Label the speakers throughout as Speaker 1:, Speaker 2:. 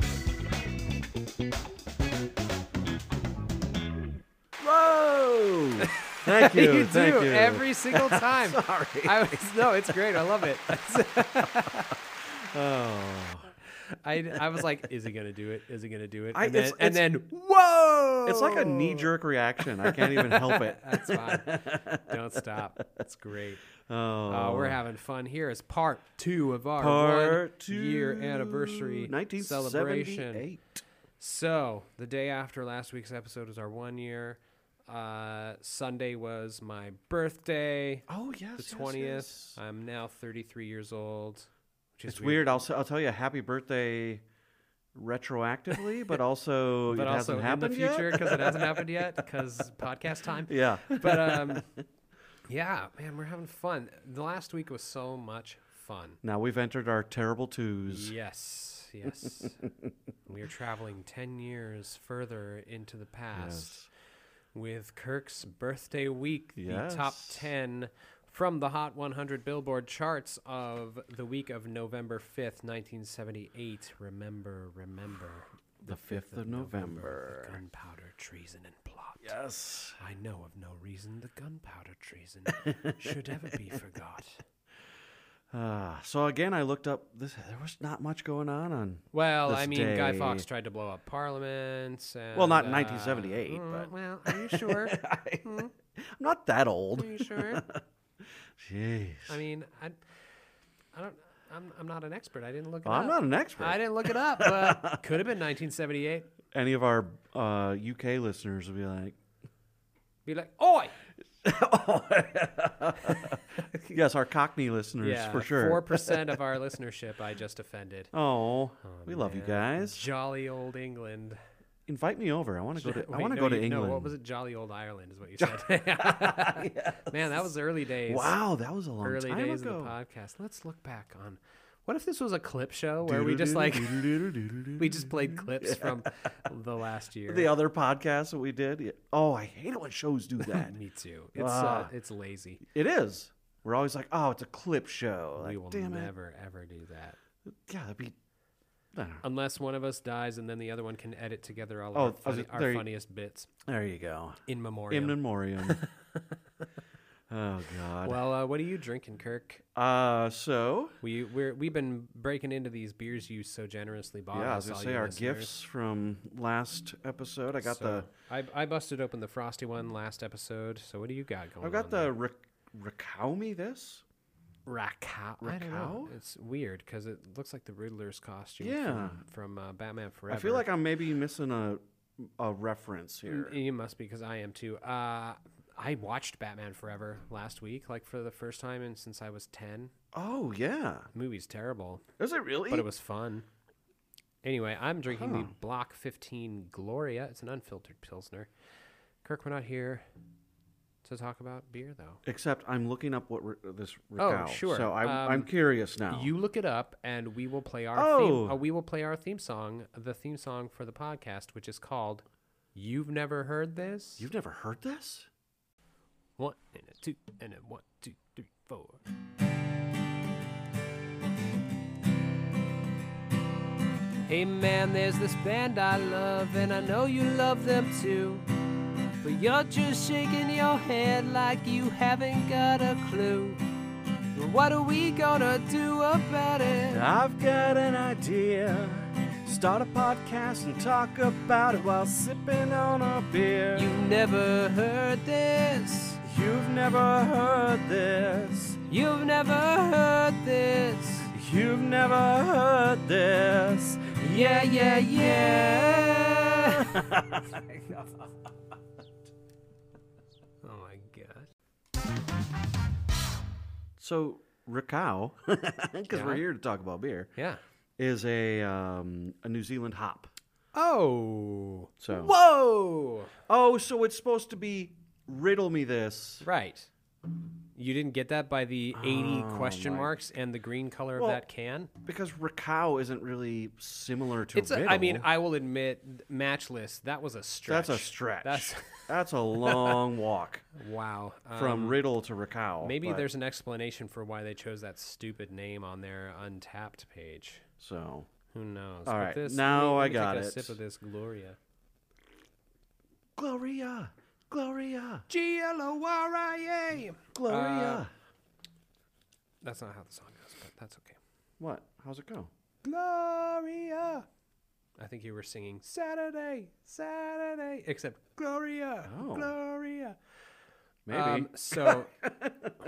Speaker 1: Whoa! Thank you.
Speaker 2: you
Speaker 1: thank
Speaker 2: do
Speaker 1: you.
Speaker 2: every single time.
Speaker 1: Sorry.
Speaker 2: I was, no, it's great. I love it.
Speaker 1: oh.
Speaker 2: I, I was like, is he gonna do it? Is he gonna do it? And,
Speaker 1: I-
Speaker 2: then,
Speaker 1: it's-
Speaker 2: and
Speaker 1: it's-
Speaker 2: then, whoa!
Speaker 1: It's like a knee jerk reaction. I can't even help it.
Speaker 2: That's fine. Don't stop. That's great.
Speaker 1: Oh,
Speaker 2: Uh, we're having fun. Here is part two of our
Speaker 1: part two,
Speaker 2: one-year anniversary
Speaker 1: 1978.
Speaker 2: celebration. So the day after last week's episode was our one year. Uh, Sunday was my birthday,
Speaker 1: Oh yes,
Speaker 2: the
Speaker 1: yes,
Speaker 2: twentieth.
Speaker 1: yes.
Speaker 2: I'm now 33 years old, which is
Speaker 1: It's weird. I'll s- I'll tell you happy birthday retroactively, but also
Speaker 2: but
Speaker 1: it hasn't
Speaker 2: also in the
Speaker 1: happened
Speaker 2: future
Speaker 1: yet.
Speaker 2: because it hasn't happened yet because podcast time.
Speaker 1: Yeah.
Speaker 2: But um, yeah, man, we're having fun. The last week was so much fun.
Speaker 1: Now we've entered our terrible twos.
Speaker 2: Yes, yes. we are traveling 10 years further into the past with Kirk's birthday week, the top
Speaker 1: Yes.
Speaker 2: 10 from the Hot 100 Billboard charts of the week of November 5th, 1978. Remember, remember.
Speaker 1: The 5th of November.
Speaker 2: the Gunpowder, treason, and plot.
Speaker 1: Yes.
Speaker 2: I know of no reason the gunpowder treason should ever be forgot.
Speaker 1: Uh, so again, I looked up. This there was not much going on on.
Speaker 2: Well, I
Speaker 1: this
Speaker 2: mean, Guy Fawkes
Speaker 1: day.
Speaker 2: tried to blow up Parliament. And,
Speaker 1: Well, not in
Speaker 2: uh,
Speaker 1: 1978,
Speaker 2: mm,
Speaker 1: but-
Speaker 2: well, are you sure? Hmm?
Speaker 1: I'm not that old.
Speaker 2: Are you sure? Hmm.
Speaker 1: Jeez.
Speaker 2: I mean, I, I don't. I'm, I'm not an expert. I didn't look it
Speaker 1: Well, I'm not
Speaker 2: up.
Speaker 1: an expert.
Speaker 2: I didn't look it up, but could have been 1978.
Speaker 1: Any of our uh, UK listeners would be like,
Speaker 2: Be like, oi!
Speaker 1: yes, our Cockney listeners for
Speaker 2: Four
Speaker 1: sure.
Speaker 2: percent of our listenership I just offended.
Speaker 1: Oh, we love you
Speaker 2: man.
Speaker 1: guys.
Speaker 2: Jolly old England.
Speaker 1: Invite me over. I want to go to. I
Speaker 2: Wait,
Speaker 1: want to
Speaker 2: no,
Speaker 1: go to
Speaker 2: you-
Speaker 1: England.
Speaker 2: No, what was it? Jolly old Ireland is what you said. Man, that was early days.
Speaker 1: Wow, that was a long
Speaker 2: early
Speaker 1: time
Speaker 2: days of the
Speaker 1: ago.
Speaker 2: podcast. Let's look back on what if this was a clip show where we just like we just played clips from the last year.
Speaker 1: the other podcast that we did. Yeah. Oh, I hate it when shows do that.
Speaker 2: Me too. It's uh,
Speaker 1: Ah.
Speaker 2: it's lazy.
Speaker 1: it is. We're always like, oh, it's a clip show.
Speaker 2: we
Speaker 1: Like,
Speaker 2: will
Speaker 1: damn
Speaker 2: never ever do that
Speaker 1: it. Yeah, that'd be. I don't know.
Speaker 2: unless one of us dies and then the other one can edit together all of
Speaker 1: Oh,
Speaker 2: our,
Speaker 1: I
Speaker 2: funny,
Speaker 1: was- there
Speaker 2: our
Speaker 1: you-
Speaker 2: funniest bits
Speaker 1: There you go.
Speaker 2: in
Speaker 1: In
Speaker 2: memoriam.
Speaker 1: memoriam. oh God.
Speaker 2: well, uh, what are you drinking, Kirk?
Speaker 1: uh, so
Speaker 2: We we're, we've been breaking into these beers you so generously bought.
Speaker 1: yeah, I
Speaker 2: us,
Speaker 1: was gonna
Speaker 2: all
Speaker 1: say
Speaker 2: you
Speaker 1: our
Speaker 2: listeners.
Speaker 1: gifts from last episode. I got the
Speaker 2: So, I, I busted open the frosty one last episode. So what do you got going?
Speaker 1: I've
Speaker 2: on
Speaker 1: got
Speaker 2: there?
Speaker 1: the Rick, Rikami this.
Speaker 2: Rakow. I don't know.
Speaker 1: Rakow?
Speaker 2: It's weird because it looks like the Riddler's costume.
Speaker 1: Yeah.
Speaker 2: From, from uh, Batman Forever.
Speaker 1: I feel like I'm maybe missing a a reference
Speaker 2: Mm,
Speaker 1: here.
Speaker 2: you must be because I am too. Uh, I watched Batman Forever last week, like for the first time and since I was ten.
Speaker 1: Oh yeah,
Speaker 2: The movie's terrible,
Speaker 1: is it really?
Speaker 2: but it was fun. Anyway, I'm drinking the
Speaker 1: Huh.
Speaker 2: Block 15 Gloria. It's an unfiltered pilsner. Kirk, we're not here to talk about beer though.
Speaker 1: Except I'm looking up what ri- this.
Speaker 2: Oh,
Speaker 1: Raquel,
Speaker 2: sure.
Speaker 1: So I'm
Speaker 2: Um,
Speaker 1: I'm curious now.
Speaker 2: You look it up, and we will play our theme.
Speaker 1: Oh.
Speaker 2: Uh, we will play our theme song, the theme song for the podcast, which is called "You've Never Heard This."
Speaker 1: you've never heard this?
Speaker 2: One and a two and a one, two, three, four. Hey man, there's this band I love, and I know you love them too. But you're just shaking your head like you haven't got a clue. Well, what are we gonna do about it?
Speaker 1: I've got an idea. Start a podcast and talk about it while sipping on a beer.
Speaker 2: You've never heard this.
Speaker 1: You've never heard this.
Speaker 2: You've never heard this.
Speaker 1: You've never heard this.
Speaker 2: Yeah, yeah, yeah. oh my god.
Speaker 1: So Rakow, because
Speaker 2: Yeah.
Speaker 1: we're here to talk about beer,
Speaker 2: Yeah.
Speaker 1: is a um, a New Zealand hop.
Speaker 2: Oh.
Speaker 1: So
Speaker 2: Whoa.
Speaker 1: oh, so it's supposed to be riddle me this.
Speaker 2: Right. You didn't get that by the 80 question marks and the green color of
Speaker 1: Oh Well,
Speaker 2: that can?
Speaker 1: Because Rakow isn't really similar to
Speaker 2: It's a,
Speaker 1: riddle.
Speaker 2: I mean, I will admit matchless, that was a stretch.
Speaker 1: that's a stretch.
Speaker 2: That's
Speaker 1: That's a long walk
Speaker 2: wow.
Speaker 1: from
Speaker 2: Um,
Speaker 1: riddle to Rakow.
Speaker 2: Maybe
Speaker 1: but-
Speaker 2: there's an explanation for why they chose that stupid name on their Untapped page.
Speaker 1: so
Speaker 2: Who knows?
Speaker 1: All
Speaker 2: But
Speaker 1: right,
Speaker 2: This,
Speaker 1: now I
Speaker 2: let me, let me
Speaker 1: got
Speaker 2: take a
Speaker 1: it.
Speaker 2: sip of this Gloria.
Speaker 1: Gloria, Gloria,
Speaker 2: G L O R I A. Uh,
Speaker 1: Gloria.
Speaker 2: Ah. That's not how the song goes, but that's okay.
Speaker 1: what? How's it go?
Speaker 2: Gloria. I think you were singing Saturday, Saturday, except Gloria,
Speaker 1: Oh.
Speaker 2: Gloria.
Speaker 1: Maybe.
Speaker 2: Um, so,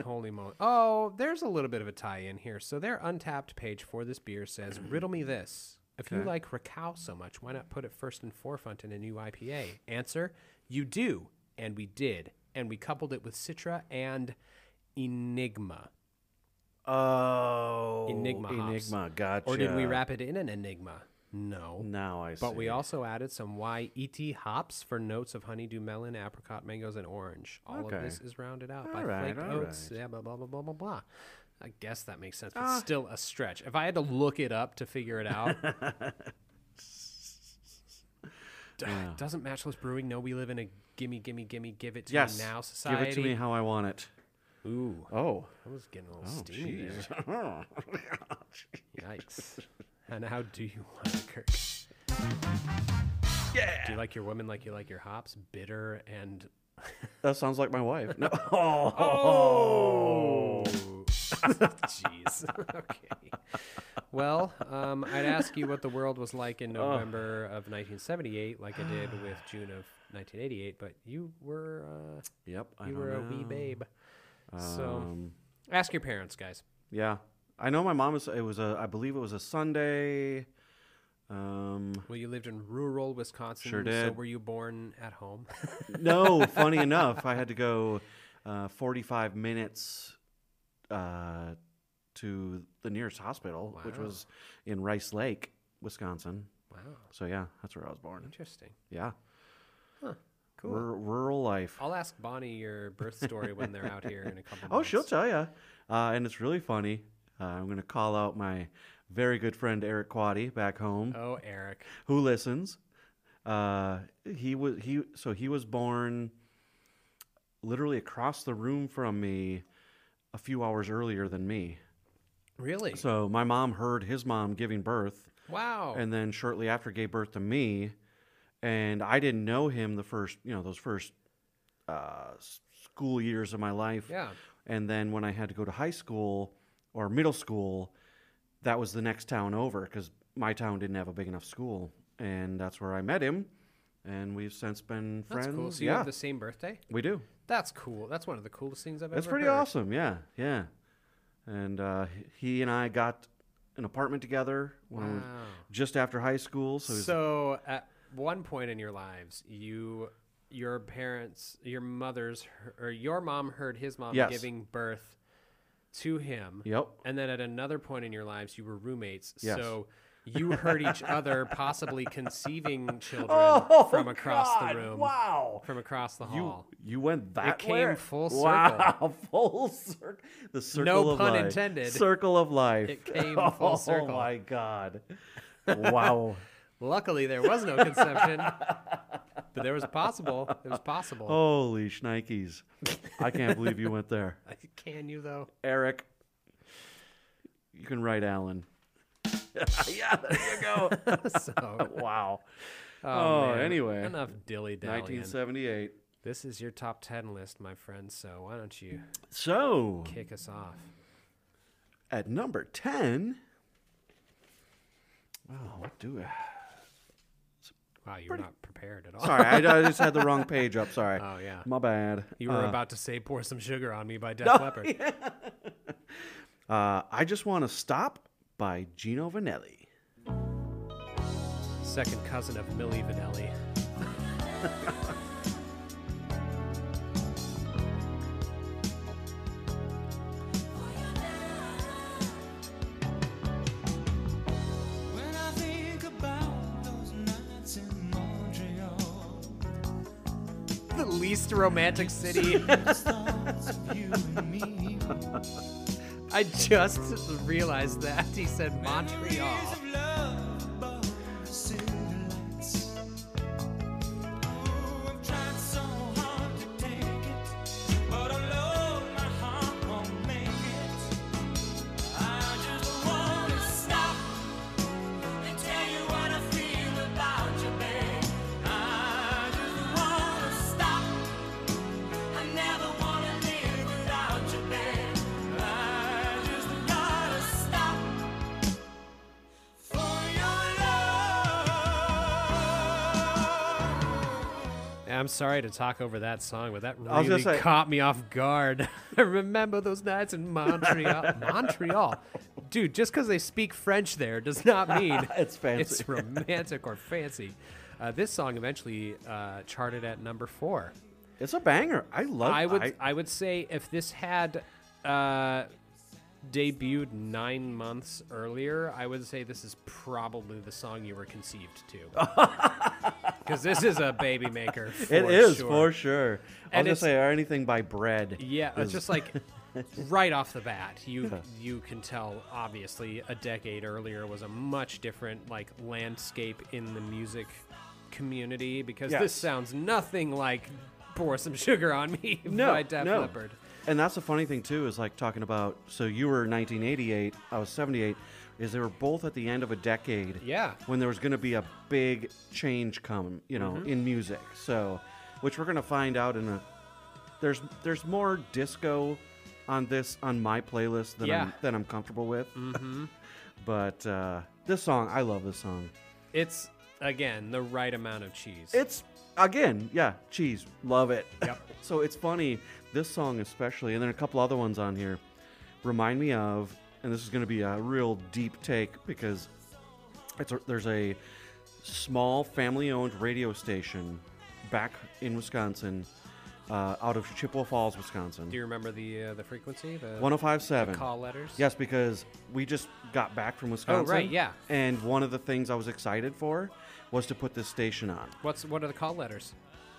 Speaker 2: holy moly. Oh, there's a little bit of a tie in here. So, their untapped page for this beer says, Riddle me this. If you
Speaker 1: Okay.
Speaker 2: like Raquel so much, why not put it first and forefront in a new IPA? Answer, you do. And we did. And we coupled it with Citra and Enigma.
Speaker 1: oh,
Speaker 2: Enigma hops.
Speaker 1: Enigma. Gotcha.
Speaker 2: Or did we wrap it in an Enigma? No.
Speaker 1: Now I see.
Speaker 2: But we also added some YET hops for notes of honeydew melon, apricot, mangoes, and orange. All
Speaker 1: Okay.
Speaker 2: of this is rounded out by
Speaker 1: All right,
Speaker 2: flaked
Speaker 1: all
Speaker 2: oats.
Speaker 1: right. Ah.
Speaker 2: Yeah, blah blah blah blah blah blah. I guess that makes sense, but it's still a stretch. If I had to look it up to figure it out, D- doesn't matchless brewing know we live in a gimme gimme gimme give it to
Speaker 1: yes.
Speaker 2: me now society?
Speaker 1: Give it to me how I want it.
Speaker 2: Ooh,
Speaker 1: Oh.
Speaker 2: I was getting a little
Speaker 1: Oh,
Speaker 2: steamy there.
Speaker 1: jeez.
Speaker 2: Yikes. And how do you want it, Kirk? Yeah. Do you like your women like you like your hops? Bitter and.
Speaker 1: that sounds like my wife. No. Oh.
Speaker 2: Oh! Jeez. okay. Well, um, I'd ask you what the world was like in
Speaker 1: Oh.
Speaker 2: November of 1978, like I did with June of 1988, but you were uh,
Speaker 1: Yep. I
Speaker 2: you
Speaker 1: don't
Speaker 2: were a
Speaker 1: know.
Speaker 2: wee babe. So
Speaker 1: Um,
Speaker 2: ask your parents, guys.
Speaker 1: yeah. I know my mom was. It was a. I believe it was a Sunday. Um.
Speaker 2: Well, you lived in rural Wisconsin.
Speaker 1: Sure
Speaker 2: So
Speaker 1: did.
Speaker 2: were you born at home?
Speaker 1: No. funny enough, I had to go uh, 45 minutes uh, to the nearest hospital, which
Speaker 2: Wow.
Speaker 1: was in Rice Lake, Wisconsin.
Speaker 2: wow.
Speaker 1: So yeah, that's where I was born.
Speaker 2: Interesting.
Speaker 1: Yeah.
Speaker 2: Huh. Oh,
Speaker 1: Cool. rural life.
Speaker 2: I'll ask Bonnie your birth story when they're out here in a couple.
Speaker 1: Oh,
Speaker 2: months.
Speaker 1: she'll tell you. Uh, and it's really funny. Uh, I'm going to call out my very good friend Eric Quaddy back home
Speaker 2: Oh, Eric.
Speaker 1: who listens. Uh, he was he so he was born literally across the room from me a few hours earlier than me.
Speaker 2: Really?
Speaker 1: So my mom heard his mom giving birth
Speaker 2: wow.
Speaker 1: and then shortly after gave birth to me and I didn't know him the first, you know, those first uh, s- school years of my life.
Speaker 2: yeah.
Speaker 1: And then when I had to go to high school or middle school, that was the next town over because my town didn't have a big enough school. And that's where I met him. And we've since been friends.
Speaker 2: That's cool. So you
Speaker 1: yeah,
Speaker 2: have the same birthday?
Speaker 1: we do.
Speaker 2: That's cool. That's one of the coolest things I've
Speaker 1: That's
Speaker 2: ever
Speaker 1: pretty
Speaker 2: heard.
Speaker 1: awesome. Yeah, yeah. And uh, h- he and I got an apartment together when we-
Speaker 2: Wow.
Speaker 1: just after high school. So, it was-
Speaker 2: So at one point in your lives, you your parents, your mother's or your mom heard his mom
Speaker 1: Yes.
Speaker 2: giving birth to him.
Speaker 1: yep.
Speaker 2: And then at another point in your lives, you were roommates.
Speaker 1: Yes.
Speaker 2: So you heard each other possibly conceiving children
Speaker 1: Oh,
Speaker 2: from across
Speaker 1: God,
Speaker 2: the room,
Speaker 1: Wow.
Speaker 2: from across the
Speaker 1: You,
Speaker 2: hall.
Speaker 1: you went that
Speaker 2: came
Speaker 1: way?
Speaker 2: full
Speaker 1: Wow, full circle. The circle of
Speaker 2: pun
Speaker 1: life.
Speaker 2: intended.
Speaker 1: Circle of life.
Speaker 2: It came full circle.
Speaker 1: Oh my god! Wow.
Speaker 2: Luckily, there was no conception, but there was possible. It was possible.
Speaker 1: Oh. Holy shnikes! I can't believe you went there,
Speaker 2: Can you though?
Speaker 1: Eric. You can write Alan. yeah, there you go.
Speaker 2: so, oh,
Speaker 1: wow. Oh,
Speaker 2: man.
Speaker 1: anyway.
Speaker 2: enough dilly dallying.
Speaker 1: 1978.
Speaker 2: This is your top ten list, my friend. So why don't you
Speaker 1: So
Speaker 2: kick us off?
Speaker 1: at number ten. Oh, what do I?
Speaker 2: Wow, you were not prepared at all.
Speaker 1: Sorry, I, I just had the wrong page up. Sorry.
Speaker 2: Oh yeah,
Speaker 1: My bad.
Speaker 2: you were
Speaker 1: Uh,
Speaker 2: about to say "Pour Some Sugar on Me" by Def Leppard.
Speaker 1: uh, I just want to stop by Gino Vanelli.
Speaker 2: Second cousin of Millie Vanilli.
Speaker 3: When I think about those nights in Montreal,
Speaker 2: the least romantic city.
Speaker 3: those thoughts of you and me,
Speaker 2: I just realized that he said Montreal.
Speaker 3: memories of love above the city lights. Oh, I've tried so hard to take it, but I know my heart won't make it. I just wanna stop and
Speaker 2: I'm sorry to talk over that song, but that
Speaker 1: I was gonna
Speaker 2: really
Speaker 1: say-
Speaker 2: caught me off guard. I remember those nights in Montreal. Montreal, dude. Just because they speak French there does not mean
Speaker 1: It's fancy.
Speaker 2: it's romantic or fancy. Uh, this song eventually uh, charted at number four.
Speaker 1: It's a banger. I love.
Speaker 2: I would
Speaker 1: Oh, I,
Speaker 2: I, would say if this had uh, debuted nine months earlier, I would say this is probably the song you were conceived to. Because this is a baby maker. For
Speaker 1: it is
Speaker 2: sure.
Speaker 1: for sure. I was
Speaker 2: And
Speaker 1: gonna
Speaker 2: it's-
Speaker 1: say or anything by bread.
Speaker 2: Yeah,
Speaker 1: is-
Speaker 2: it's just like right off the bat, you you can tell obviously a decade earlier was a much different like landscape in the music community because
Speaker 1: Yes.
Speaker 2: this sounds nothing like pour some sugar on me
Speaker 1: no,
Speaker 2: by Def
Speaker 1: no.
Speaker 2: Leppard.
Speaker 1: And that's the funny thing too is like talking about. So you were 1988. I was 78. Is they were both at the end of a decade.
Speaker 2: Yeah.
Speaker 1: When there was going to be a big change come, you know,
Speaker 2: Mm-hmm.
Speaker 1: in music. So, which we're going to find out in a. There's there's more disco on this on my playlist than
Speaker 2: Yeah. Mm-hmm.
Speaker 1: I'm, than I'm comfortable with. but uh, this song, I love this song.
Speaker 2: It's again the right amount of cheese.
Speaker 1: It's again, yeah, cheese. Love it.
Speaker 2: Yep.
Speaker 1: so it's funny, this song especially, and then a couple other ones on here remind me of, and this is going to be a real deep take because it's a, there's a small family-owned radio station back in Wisconsin, uh, out of Chippewa Falls, Wisconsin.
Speaker 2: Do you remember the uh, the frequency? The
Speaker 1: 1057.
Speaker 2: call letters. Oh,
Speaker 1: Yes, because we just got back from Wisconsin.
Speaker 2: yeah.
Speaker 1: And one of the things I was excited for was to put this station on.
Speaker 2: What's what are the call letters?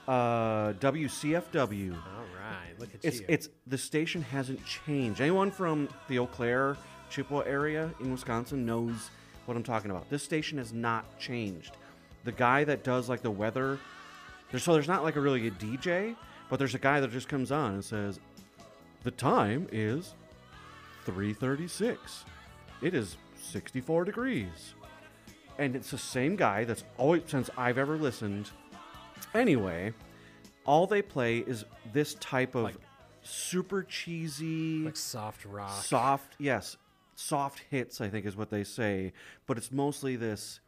Speaker 1: Uh, WCFW.
Speaker 2: All right, look at
Speaker 1: It's
Speaker 2: you.
Speaker 1: it's the station hasn't changed. Anyone from the Eau Claire, Chippewa area in Wisconsin knows what I'm talking about. This station has not changed. The guy that does like the weather, there's, so there's not like a really a DJ, but there's a guy that just comes on and says, "The time is 3:36. It is 64 degrees." And it's the same guy that's always since I've ever listened. Anyway, all they play is this type of
Speaker 2: Like-
Speaker 1: super cheesy,
Speaker 2: like soft rock.
Speaker 1: soft, yes, soft hits, I think is what they say. But it's mostly this,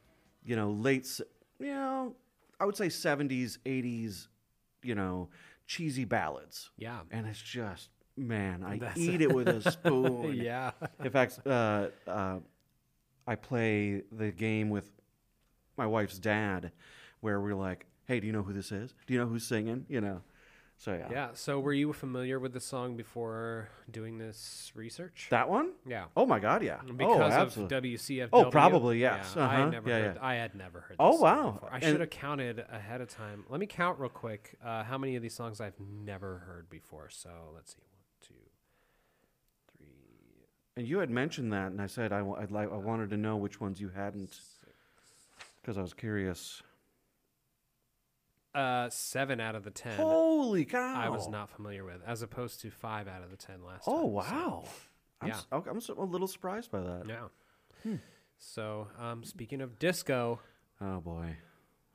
Speaker 1: you know, late, s- you know, I would say 70s, 80s, you know, cheesy ballads.
Speaker 2: Yeah.
Speaker 1: And it's just, man, I
Speaker 2: That's-
Speaker 1: eat it with a spoon.
Speaker 2: Oh, yeah.
Speaker 1: In fact, uh, uh, I play the game with my wife's dad, where we're like, "Hey, do you know who this is? Do you know who's singing?" You know. So yeah,
Speaker 2: Yeah. So were you familiar with the song before doing this research?
Speaker 1: that one.
Speaker 2: yeah.
Speaker 1: Oh my God, yeah. oh,
Speaker 2: Because of
Speaker 1: absolutely.
Speaker 2: WCFW.
Speaker 1: Oh, probably, yes.
Speaker 2: Yeah, I
Speaker 1: Uh-huh.
Speaker 2: never
Speaker 1: Yeah,
Speaker 2: heard.
Speaker 1: yeah.
Speaker 2: I had never heard. This
Speaker 1: Oh,
Speaker 2: song
Speaker 1: wow.
Speaker 2: before. I
Speaker 1: And-
Speaker 2: should have counted ahead of time. Let me count real quick. Uh, how many of these songs I've never heard before? So let's see. One, two,
Speaker 1: and you had mentioned that, and I said I, wa- I'd like, I wanted to know which ones you hadn't, because I was curious.
Speaker 2: uh, seven out of the ten.
Speaker 1: Holy cow!
Speaker 2: I was not familiar with, as opposed to five out of the ten last time.
Speaker 1: Oh
Speaker 2: so-
Speaker 1: wow! I'm,
Speaker 2: Yeah.
Speaker 1: s- okay, I'm s- a little surprised by that.
Speaker 2: yeah.
Speaker 1: Hmm.
Speaker 2: So, um, speaking of disco,
Speaker 1: Oh boy.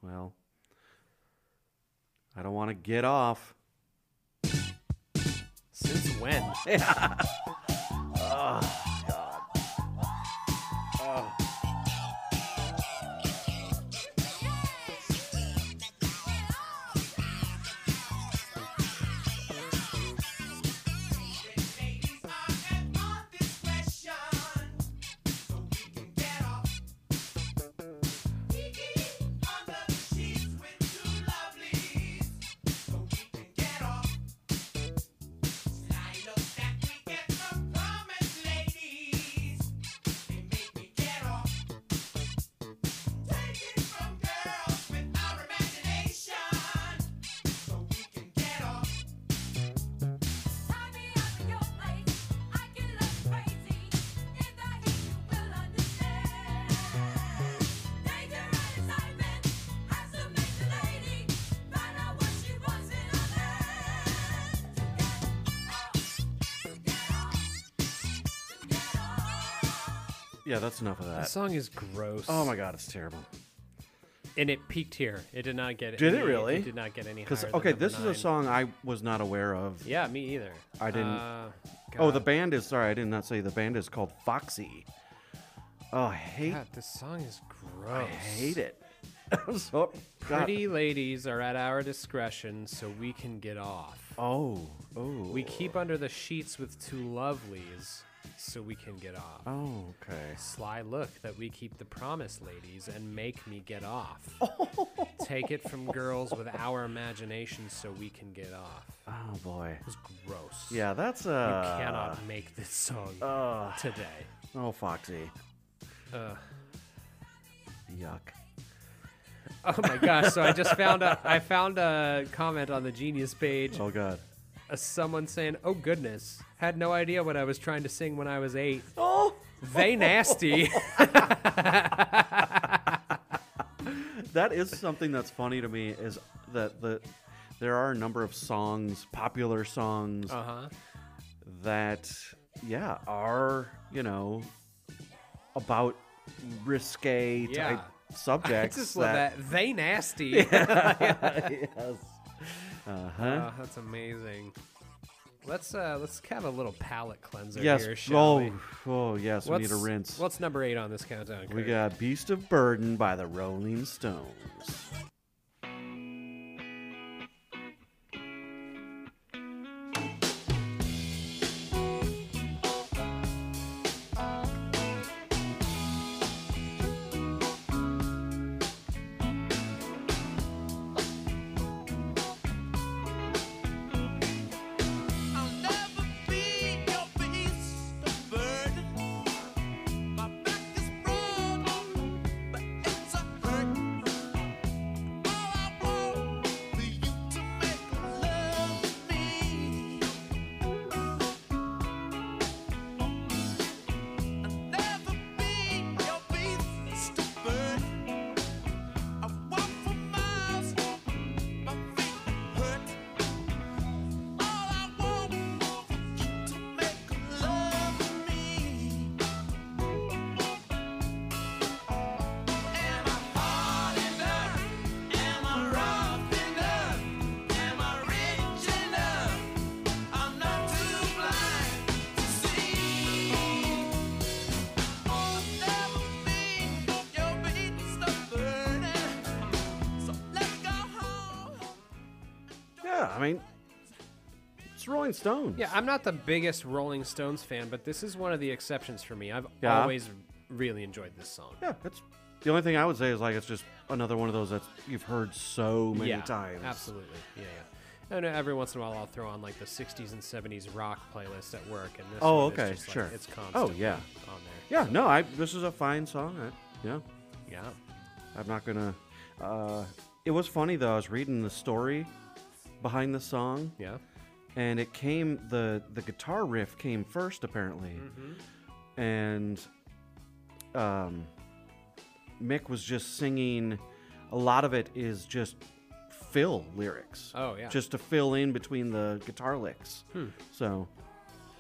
Speaker 1: Well, I don't want to get off.
Speaker 2: since when?
Speaker 1: Yeah, that's enough of
Speaker 2: The
Speaker 1: that.
Speaker 2: song is gross.
Speaker 1: Oh my God, it's terrible.
Speaker 2: And it peaked here. It did not get.
Speaker 1: Did it
Speaker 2: any-
Speaker 1: really?
Speaker 2: It did not get any.
Speaker 1: Because
Speaker 2: higher than
Speaker 1: okay,
Speaker 2: number
Speaker 1: this is a
Speaker 2: nine.
Speaker 1: song I was not aware of.
Speaker 2: Yeah, me either.
Speaker 1: I didn't-
Speaker 2: Uh,
Speaker 1: Oh, the
Speaker 2: God.
Speaker 1: band is sorry, I did not say the band is called Foxy. Oh, I hate,
Speaker 2: God, this song is gross.
Speaker 1: I hate it. so, God.
Speaker 2: Pretty ladies are at our discretion, so we can get off.
Speaker 1: Oh, oh.
Speaker 2: We keep under the sheets with two lovelies, so we can get off.
Speaker 1: Oh, okay.
Speaker 2: Sly look that we keep the promise, ladies, and make me get off. Take it from girls with our imagination, so we can get off. It
Speaker 1: Oh boy.
Speaker 2: was gross.
Speaker 1: Yeah, that's
Speaker 2: You
Speaker 1: uh.
Speaker 2: cannot make this song
Speaker 1: uh,
Speaker 2: today.
Speaker 1: Oh, Foxy.
Speaker 2: Uh,
Speaker 1: Yuck.
Speaker 2: oh my gosh! So I just found a I found a comment on the Genius page
Speaker 1: Oh God.
Speaker 2: uh, someone saying, "Oh goodness, had no idea what I was trying to sing when I was eight.
Speaker 1: Oh,
Speaker 2: They nasty."
Speaker 1: that is something that's funny to me is that the there are a number of songs, popular songs
Speaker 2: uh huh.
Speaker 1: that yeah are you know about risque type
Speaker 2: Yeah. I
Speaker 1: subjects.
Speaker 2: just love that. They nasty.
Speaker 1: yes. Uh huh.
Speaker 2: Oh, that's amazing. Let's uh let's have a little palate cleanser
Speaker 1: yes.
Speaker 2: here, shall we?
Speaker 1: Oh, oh yes. we need a
Speaker 2: What's-
Speaker 1: rinse.
Speaker 2: What's number eight on this countdown?
Speaker 1: We
Speaker 2: Kurt?
Speaker 1: got Beast of Burden by the Rolling Stones.
Speaker 3: I'll never be your beast of burden. My back is broken, but it's a hurt. All I want for you to make love me. I'll never be your beast of burden. I walk for miles, my feet hurt. All I want is you to make love me, and I'm hard enough, am I rough enough, am I rich enough? I'm not too blind to see. I'll never be your beat's burden, so let's go home.
Speaker 1: Yeah, I mean, it's Rolling Stones.
Speaker 2: Yeah, I'm not the biggest Rolling Stones fan, but this is one of the exceptions for me. I've
Speaker 1: Yeah.
Speaker 2: always really enjoyed this song.
Speaker 1: yeah. It's the only thing I would say is like it's just another one of those that you've heard so many
Speaker 2: yeah,
Speaker 1: times.
Speaker 2: Absolutely. Yeah. yeah. And every once in a while, I'll throw on like the '60s and '70s rock playlist at work, and this
Speaker 1: Oh,
Speaker 2: one is
Speaker 1: okay,
Speaker 2: just, like,
Speaker 1: sure.
Speaker 2: it's
Speaker 1: Oh,
Speaker 2: constant.
Speaker 1: yeah.
Speaker 2: on there.
Speaker 1: Yeah. No, I. This is a fine song. I, yeah.
Speaker 2: Yeah,
Speaker 1: I'm not gonna. Uh, it was funny though. I was reading the story behind the song,
Speaker 2: yeah.
Speaker 1: and it came the the guitar riff came first apparently,
Speaker 2: Mm-hmm.
Speaker 1: and um, Mick was just singing. A lot of it is just fill lyrics.
Speaker 2: Oh, yeah. Hmm.
Speaker 1: just to fill in between the guitar licks. So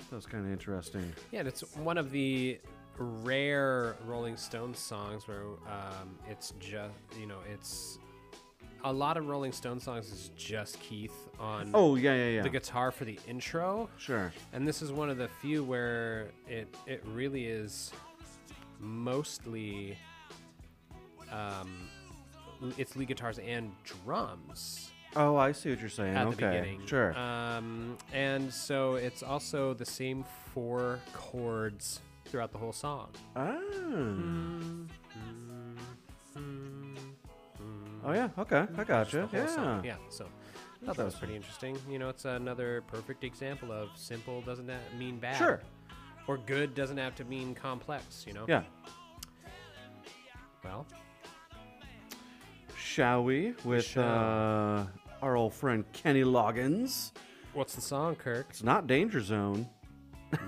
Speaker 1: that was kind of interesting.
Speaker 2: Yeah, and it's one of the rare Rolling Stones songs where um, it's just you know it's a lot of Rolling Stones songs is just Keith on
Speaker 1: Oh yeah, yeah, yeah.
Speaker 2: the guitar for the intro,
Speaker 1: sure.
Speaker 2: and this is one of the few where it it really is mostly um, l- it's lead guitars and drums
Speaker 1: Oh, I see what you're saying.
Speaker 2: at
Speaker 1: okay,
Speaker 2: the beginning.
Speaker 1: sure.
Speaker 2: Um, and so it's also the same four chords throughout the whole song.
Speaker 1: Oh. Mm. Oh yeah. Okay, I
Speaker 2: The
Speaker 1: gotcha.
Speaker 2: whole
Speaker 1: Yeah.
Speaker 2: song. Yeah. So I thought that was
Speaker 1: Interesting.
Speaker 2: pretty interesting. You know, it's another perfect example of simple doesn't that mean bad.
Speaker 1: Sure.
Speaker 2: Or good doesn't have to mean complex, you know?
Speaker 1: Yeah.
Speaker 2: Well,
Speaker 1: Shall we with
Speaker 2: shall.
Speaker 1: Uh, our old friend Kenny Loggins?
Speaker 2: what's the song, Kirk?
Speaker 1: It's not Danger Zone.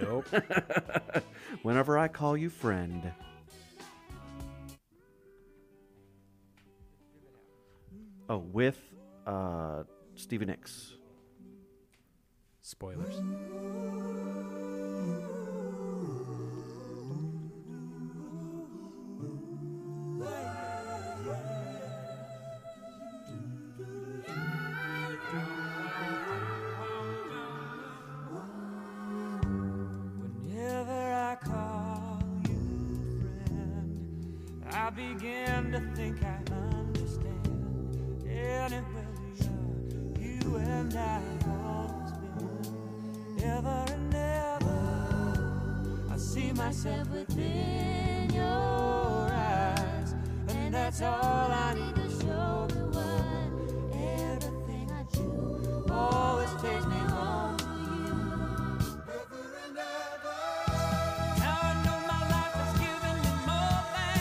Speaker 2: Nope.
Speaker 1: Whenever I call you friend. Oh, with uh, Stevie Nicks.
Speaker 2: Spoilers.
Speaker 3: Whenever I call you friend, I begin to think I understand.
Speaker 4: Anywhere we are, uh, you and I have always been. Ever and ever, I see myself within your eyes, and that's all I need to show the world. Everything I do always takes me home to you. Ever and ever. Now I know my life has given me more than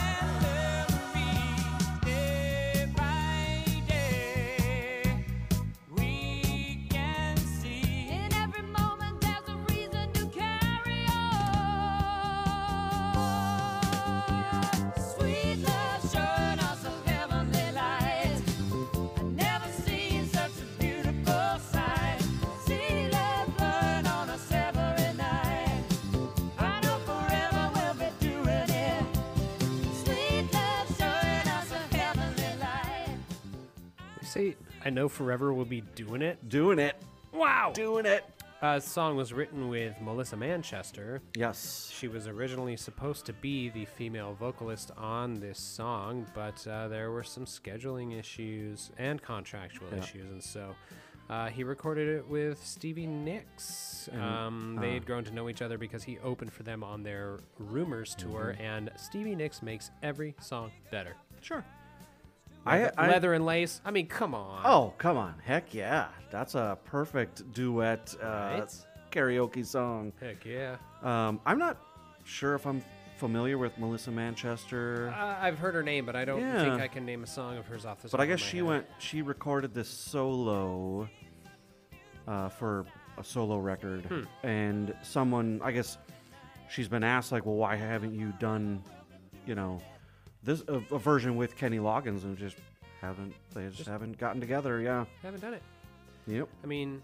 Speaker 4: memories. Day by day, we can see
Speaker 5: In every moment, there's a reason to carry on.
Speaker 4: Sweet love showing us some heavenly light. I never seen such a beautiful sight. See love burn on us every night. I know forever we'll be doing it. Sweet love showing us some heavenly light.
Speaker 2: I say, I know forever we'll be doing it.
Speaker 1: Doing it.
Speaker 2: Wow.
Speaker 1: Doing it.
Speaker 2: Uh, this song was written with Melissa Manchester.
Speaker 1: Yes.
Speaker 2: She was originally supposed to be the female vocalist on this song, but uh, there were some scheduling issues and contractual issues, and so uh, he recorded it with Stevie Nicks. Um,
Speaker 1: uh,
Speaker 2: they had grown to know each other because he opened for them on their Rumors
Speaker 1: Mm-hmm.
Speaker 2: tour, and Stevie Nicks makes every song better.
Speaker 1: Sure. I, I
Speaker 2: Leather and Lace. I mean, come on.
Speaker 1: Oh, come on. Heck yeah. That's a perfect duet uh,
Speaker 2: Right?
Speaker 1: karaoke song.
Speaker 2: Heck yeah.
Speaker 1: Um, I'm not sure if I'm familiar with Melissa Manchester,
Speaker 2: Uh, I've heard her name, but I don't
Speaker 1: Yeah.
Speaker 2: think I can name a song of hers off the top
Speaker 1: but I
Speaker 2: of
Speaker 1: guess
Speaker 2: my
Speaker 1: she
Speaker 2: head.
Speaker 1: went. She recorded this solo uh, for a solo record, and someone. I guess she's been asked like, well, why haven't you done, you know, this a, a version with Kenny Loggins, and just haven't. They just haven't gotten together. Yeah.
Speaker 2: haven't done it.
Speaker 1: Yep.
Speaker 2: I mean,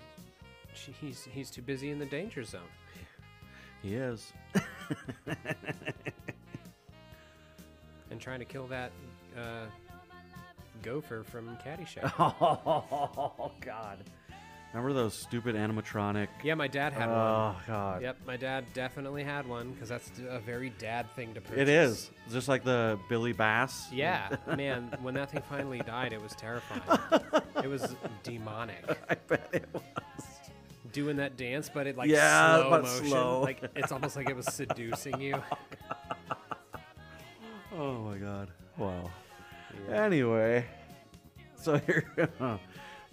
Speaker 2: she, he's he's too busy in the danger zone.
Speaker 1: He is.
Speaker 2: and trying to kill that uh, gopher from Caddyshack.
Speaker 1: Oh God! Remember those stupid animatronic?
Speaker 2: yeah, my dad had one.
Speaker 1: Oh God!
Speaker 2: Yep, my dad definitely had one because that's a very dad thing to purchase.
Speaker 1: It is just like the Billy Bass.
Speaker 2: Yeah, man, when that thing finally died, it was terrifying. it was demonic.
Speaker 1: I bet it was.
Speaker 2: Doing that dance, but it like
Speaker 1: Yeah,
Speaker 2: slow
Speaker 1: but
Speaker 2: motion.
Speaker 1: slow.
Speaker 2: Like it's almost like it was seducing you.
Speaker 1: Oh my God! Wow. Anyway, so here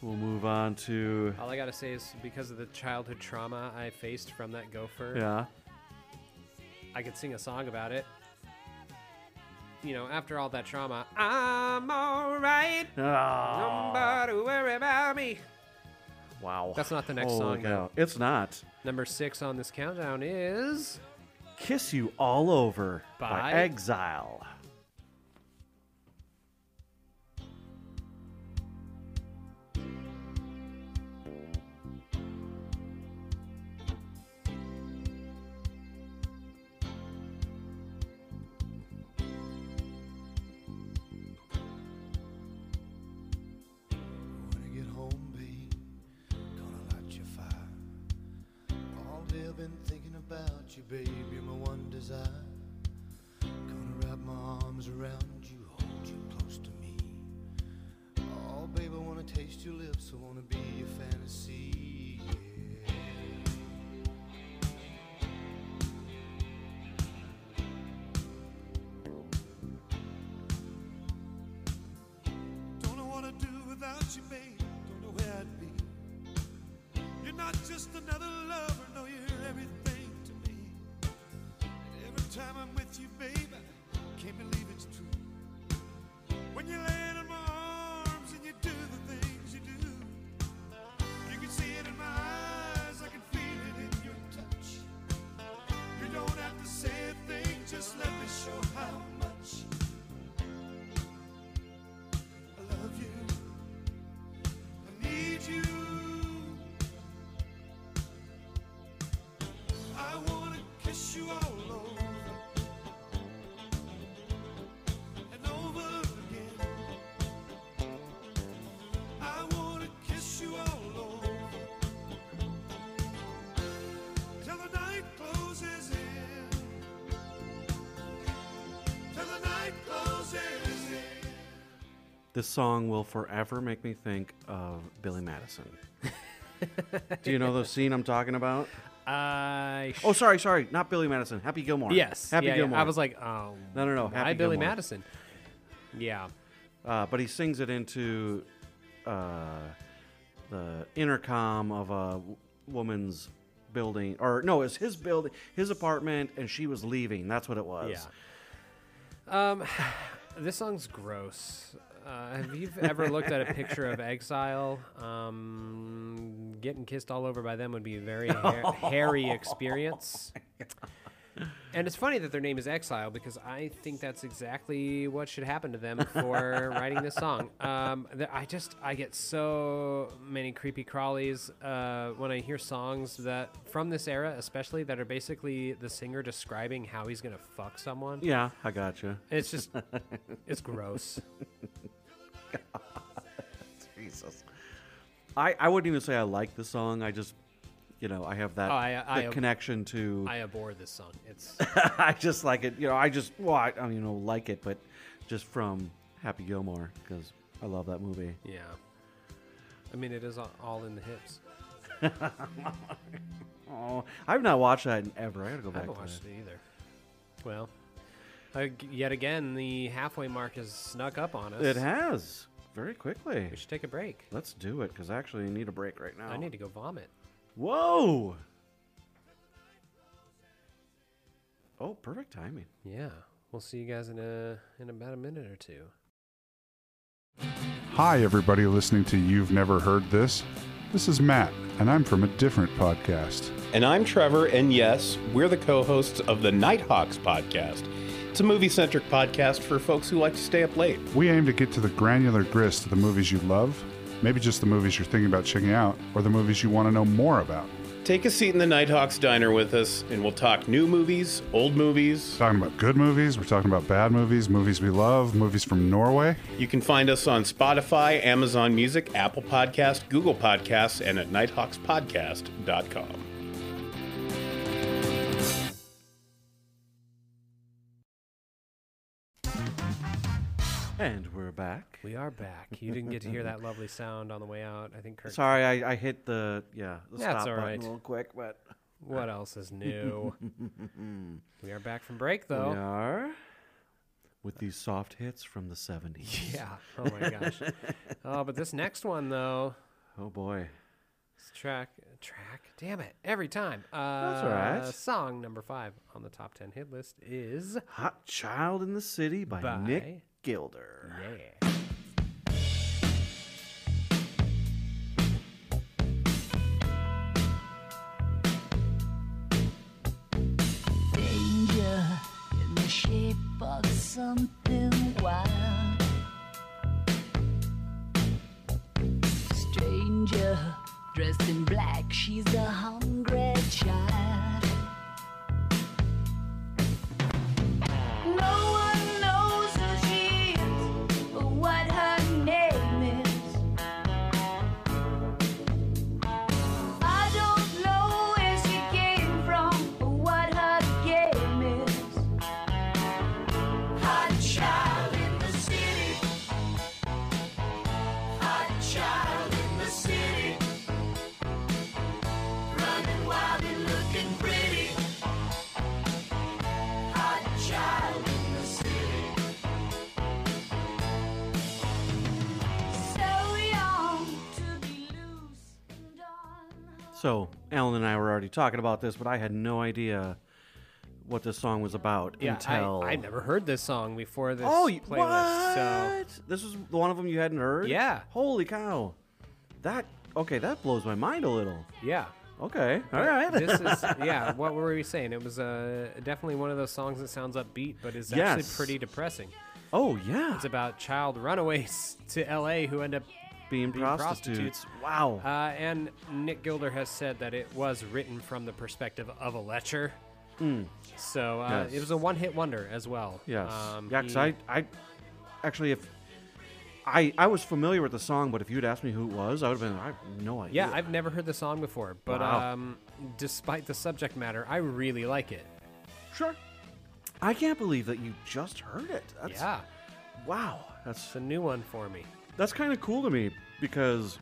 Speaker 1: we'll move on to
Speaker 2: All I gotta say is because of the childhood trauma I faced from that gopher,
Speaker 1: yeah.
Speaker 2: I could sing a song about it. You know, after all that trauma, I'm alright.
Speaker 1: Ah,
Speaker 2: Nobody worry about me.
Speaker 1: wow.
Speaker 2: That's not the next
Speaker 1: Holy
Speaker 2: song,
Speaker 1: cow.
Speaker 2: though.
Speaker 1: It's not.
Speaker 2: Number six on this countdown is
Speaker 1: "Kiss You All Over" by,
Speaker 2: By-
Speaker 1: Exile.
Speaker 6: When I get home, babe, gonna light your fire. All day I've been thinking about you, babe. You're my one desire. Gonna wrap my arms around you, hold you close to me. Oh, babe, I wanna taste your lips. I wanna be your fantasy. Yeah.
Speaker 3: Don't know what to do without you, babe. Don't know where I'd be. You're not just another lover, no, you're everything to me. And every time I'm with you, babe, I can't believe it's true. When you land in my arms and you do the things you do, you can see it in my eyes, I can feel it in your touch. You don't have to say a thing, just let me show how much. I love you. I need you.
Speaker 1: This song will forever make me think of Billy Madison. Do you know the scene I'm talking about?
Speaker 2: I sh-
Speaker 1: Oh, sorry, sorry, not Billy Madison. Happy Gilmore.
Speaker 2: yes,
Speaker 1: Happy
Speaker 2: yeah, yeah.
Speaker 1: Gilmore.
Speaker 2: I was like, oh,
Speaker 1: No, no, no,
Speaker 2: why
Speaker 1: Happy
Speaker 2: Billy
Speaker 1: Gilmore.
Speaker 2: Madison. Yeah,
Speaker 1: uh, but he sings it into uh, the intercom of a w- woman's building, or no, it's his building, his apartment, and she was leaving. That's what it was.
Speaker 2: yeah. Um, this song's gross. Uh, have you ever looked at a picture of Exile? Um, getting kissed all over by them would be a very ha- hairy experience. And it's funny that their name is Exile because I think that's exactly what should happen to them for writing this song. Um, th- I just I get so many creepy crawlies uh, when I hear songs that from this era, especially that are basically the singer describing how he's gonna fuck someone.
Speaker 1: Yeah, I gotcha.
Speaker 2: It's just, it's gross.
Speaker 1: Jesus. I, I wouldn't even say I like the song. I just, you know, I have that
Speaker 2: Oh, I- I
Speaker 1: the
Speaker 2: ab-
Speaker 1: connection to.
Speaker 2: I abhor this song. It's
Speaker 1: I just like it. You know, I just, well, I, I don't you know, like it, but just from Happy Gilmore because I love that movie.
Speaker 2: yeah. I mean, it is all- all in the hips.
Speaker 1: Oh, I've not watched that in ever. I gotta go
Speaker 2: I
Speaker 1: back
Speaker 2: haven't
Speaker 1: to
Speaker 2: watched
Speaker 1: that.
Speaker 2: it either. Well, uh, g- yet again, the halfway mark has snuck up on us.
Speaker 1: It has very quickly.
Speaker 2: We should take a break.
Speaker 1: Let's do it because I actually need a break right now.
Speaker 2: I need to go vomit.
Speaker 1: Whoa! Oh, perfect timing.
Speaker 2: Yeah, we'll see you guys in a in about a minute or two.
Speaker 7: Hi, everybody listening to You've Never Heard This. This is Matt, and I'm from a different podcast.
Speaker 8: And I'm Trevor, and yes, we're the co hosts of the Nighthawks podcast. It's a movie centric podcast for folks who like to stay up late.
Speaker 7: We aim to get to the granular grist of the movies you love, maybe just the movies you're thinking about checking out, or the movies you want to know more about.
Speaker 8: Take a seat in the Nighthawks diner with us, and we'll talk new movies, old movies.
Speaker 7: We're talking about good movies, we're talking about bad movies, movies we love, movies from Norway.
Speaker 8: You can find us on Spotify, Amazon Music, Apple Podcast, Google Podcasts, and at nighthawkspodcast.com.
Speaker 1: And we're back.
Speaker 2: We are back. You didn't get to hear that lovely sound on the way out. I think Kirk.
Speaker 1: Sorry, I, I hit the yeah the
Speaker 2: That's
Speaker 1: stop
Speaker 2: all
Speaker 1: button
Speaker 2: right.
Speaker 1: real quick, but
Speaker 2: What else is new? we are back from break though.
Speaker 1: we are with these soft hits from the seventies.
Speaker 2: Yeah. Oh my gosh. oh, but this next one though,
Speaker 1: Oh boy,
Speaker 2: it's track track. Damn it! Every time. Uh,
Speaker 1: That's all right.
Speaker 2: Song number five on the top ten hit list is
Speaker 1: "Hot Child in the City" by, Nick
Speaker 2: By-
Speaker 1: Gilder.
Speaker 2: yeah.
Speaker 9: danger in the shape of something wild. Stranger dressed in black, she's a hungry child. No one knows who she is or what her name is. I don't know where she came from or what her game is. Hot child in the city. Hot child in the city. Running wild and looking pretty. Hot child in the city. So young to be loose and on.
Speaker 1: So Alan and I were already talking about this, but I had no idea what this song was about
Speaker 2: Yeah,
Speaker 1: until
Speaker 2: I, I never heard this song before this
Speaker 1: Oh, you-
Speaker 2: playlist. So
Speaker 1: what? This was the one of them you hadn't heard.
Speaker 2: Yeah.
Speaker 1: Holy cow! That okay? That blows my mind a little.
Speaker 2: yeah,
Speaker 1: Okay. All right.
Speaker 2: this is yeah. What were we saying? It was uh, definitely one of those songs that sounds upbeat, but is actually
Speaker 1: Yes.
Speaker 2: pretty depressing.
Speaker 1: oh yeah.
Speaker 2: It's about child runaways to L.A. who end up
Speaker 1: Being,
Speaker 2: being
Speaker 1: prostitutes. Wow.
Speaker 2: Uh, and Nick Gilder has said that it was written from the perspective of a lecher. So uh,
Speaker 1: Hmm. Yes.
Speaker 2: it was a one-hit wonder as well.
Speaker 1: yes.
Speaker 2: Um,
Speaker 1: yeah. 'cause
Speaker 2: he-
Speaker 1: I, I actually if. I, I was familiar with the song, but if you'd asked me who it was, I would have been, I have no idea.
Speaker 2: yeah, I've never heard the song before, but
Speaker 1: Wow.
Speaker 2: um, despite the subject matter, I really like it.
Speaker 1: Sure. I can't believe that you just heard it. That's,
Speaker 2: yeah.
Speaker 1: Wow, that's
Speaker 2: It's a new one for me.
Speaker 1: that's kind of cool to me because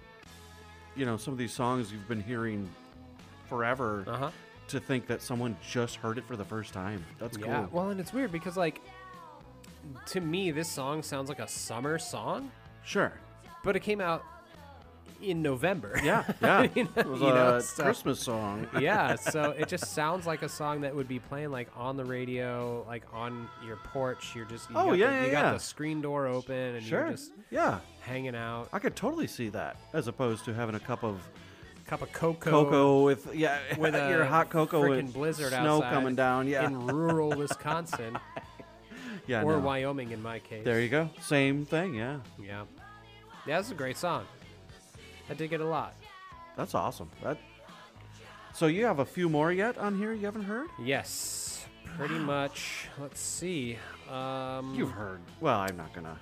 Speaker 1: you know some of these songs you've been hearing forever
Speaker 2: Uh huh.
Speaker 1: to think that someone just heard it for the first time that's
Speaker 2: Yeah.
Speaker 1: cool
Speaker 2: Well, and it's weird because like to me this song sounds like a summer song,
Speaker 1: sure
Speaker 2: but it came out in November.
Speaker 1: yeah yeah
Speaker 2: You know-
Speaker 1: it was
Speaker 2: you
Speaker 1: a
Speaker 2: know, so-
Speaker 1: christmas song
Speaker 2: yeah, so it just sounds like a song that would be playing like on the radio, like on your porch. You're just you
Speaker 1: Oh,
Speaker 2: got
Speaker 1: yeah,
Speaker 2: the,
Speaker 1: yeah,
Speaker 2: you got
Speaker 1: yeah.
Speaker 2: the screen door open and
Speaker 1: sure
Speaker 2: you're just
Speaker 1: yeah
Speaker 2: hanging out,
Speaker 1: i could totally see that as opposed to having a cup of
Speaker 2: cup of cocoa,
Speaker 1: cocoa with yeah
Speaker 2: with a
Speaker 1: your hot cocoa
Speaker 2: freaking
Speaker 1: with
Speaker 2: blizzard
Speaker 1: snow
Speaker 2: outside
Speaker 1: coming down yeah
Speaker 2: in rural Wisconsin
Speaker 1: yeah
Speaker 2: or
Speaker 1: no.
Speaker 2: Wyoming in my case.
Speaker 1: there you go same thing yeah
Speaker 2: Yeah, yeah, that's a great song. I dig it a lot.
Speaker 1: that's awesome that so you have a few more yet on here you haven't heard
Speaker 2: Yes, pretty much. Let's see. Um,
Speaker 1: You've heard. Well, I'm not gonna.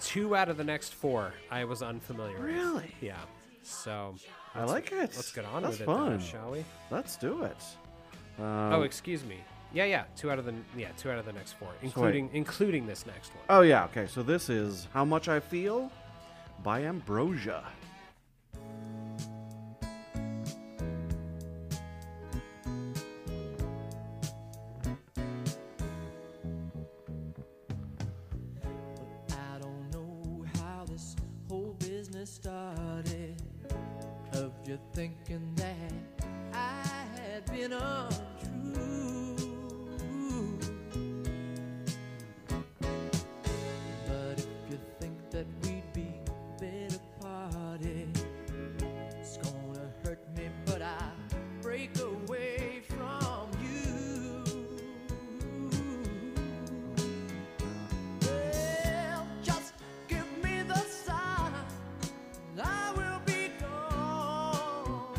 Speaker 2: two out of the next four I was unfamiliar with.
Speaker 1: Really?
Speaker 2: Yeah. So
Speaker 1: I like it.
Speaker 2: let's get on
Speaker 1: That's
Speaker 2: with it,
Speaker 1: fun. Um,
Speaker 2: then, shall we?
Speaker 1: Let's do it.
Speaker 2: oh, excuse me. Yeah, yeah. Two out of the yeah, two out of the next four, including including this next one.
Speaker 1: Oh yeah. Okay. So this is "How Much I Feel" by Ambrosia.
Speaker 4: I don't know how this whole business started of you thinking that I had been untrue. But if you think that we'd be better parted, it's gonna hurt me, but I break away from you. Well, just give me the sign, I will be gone.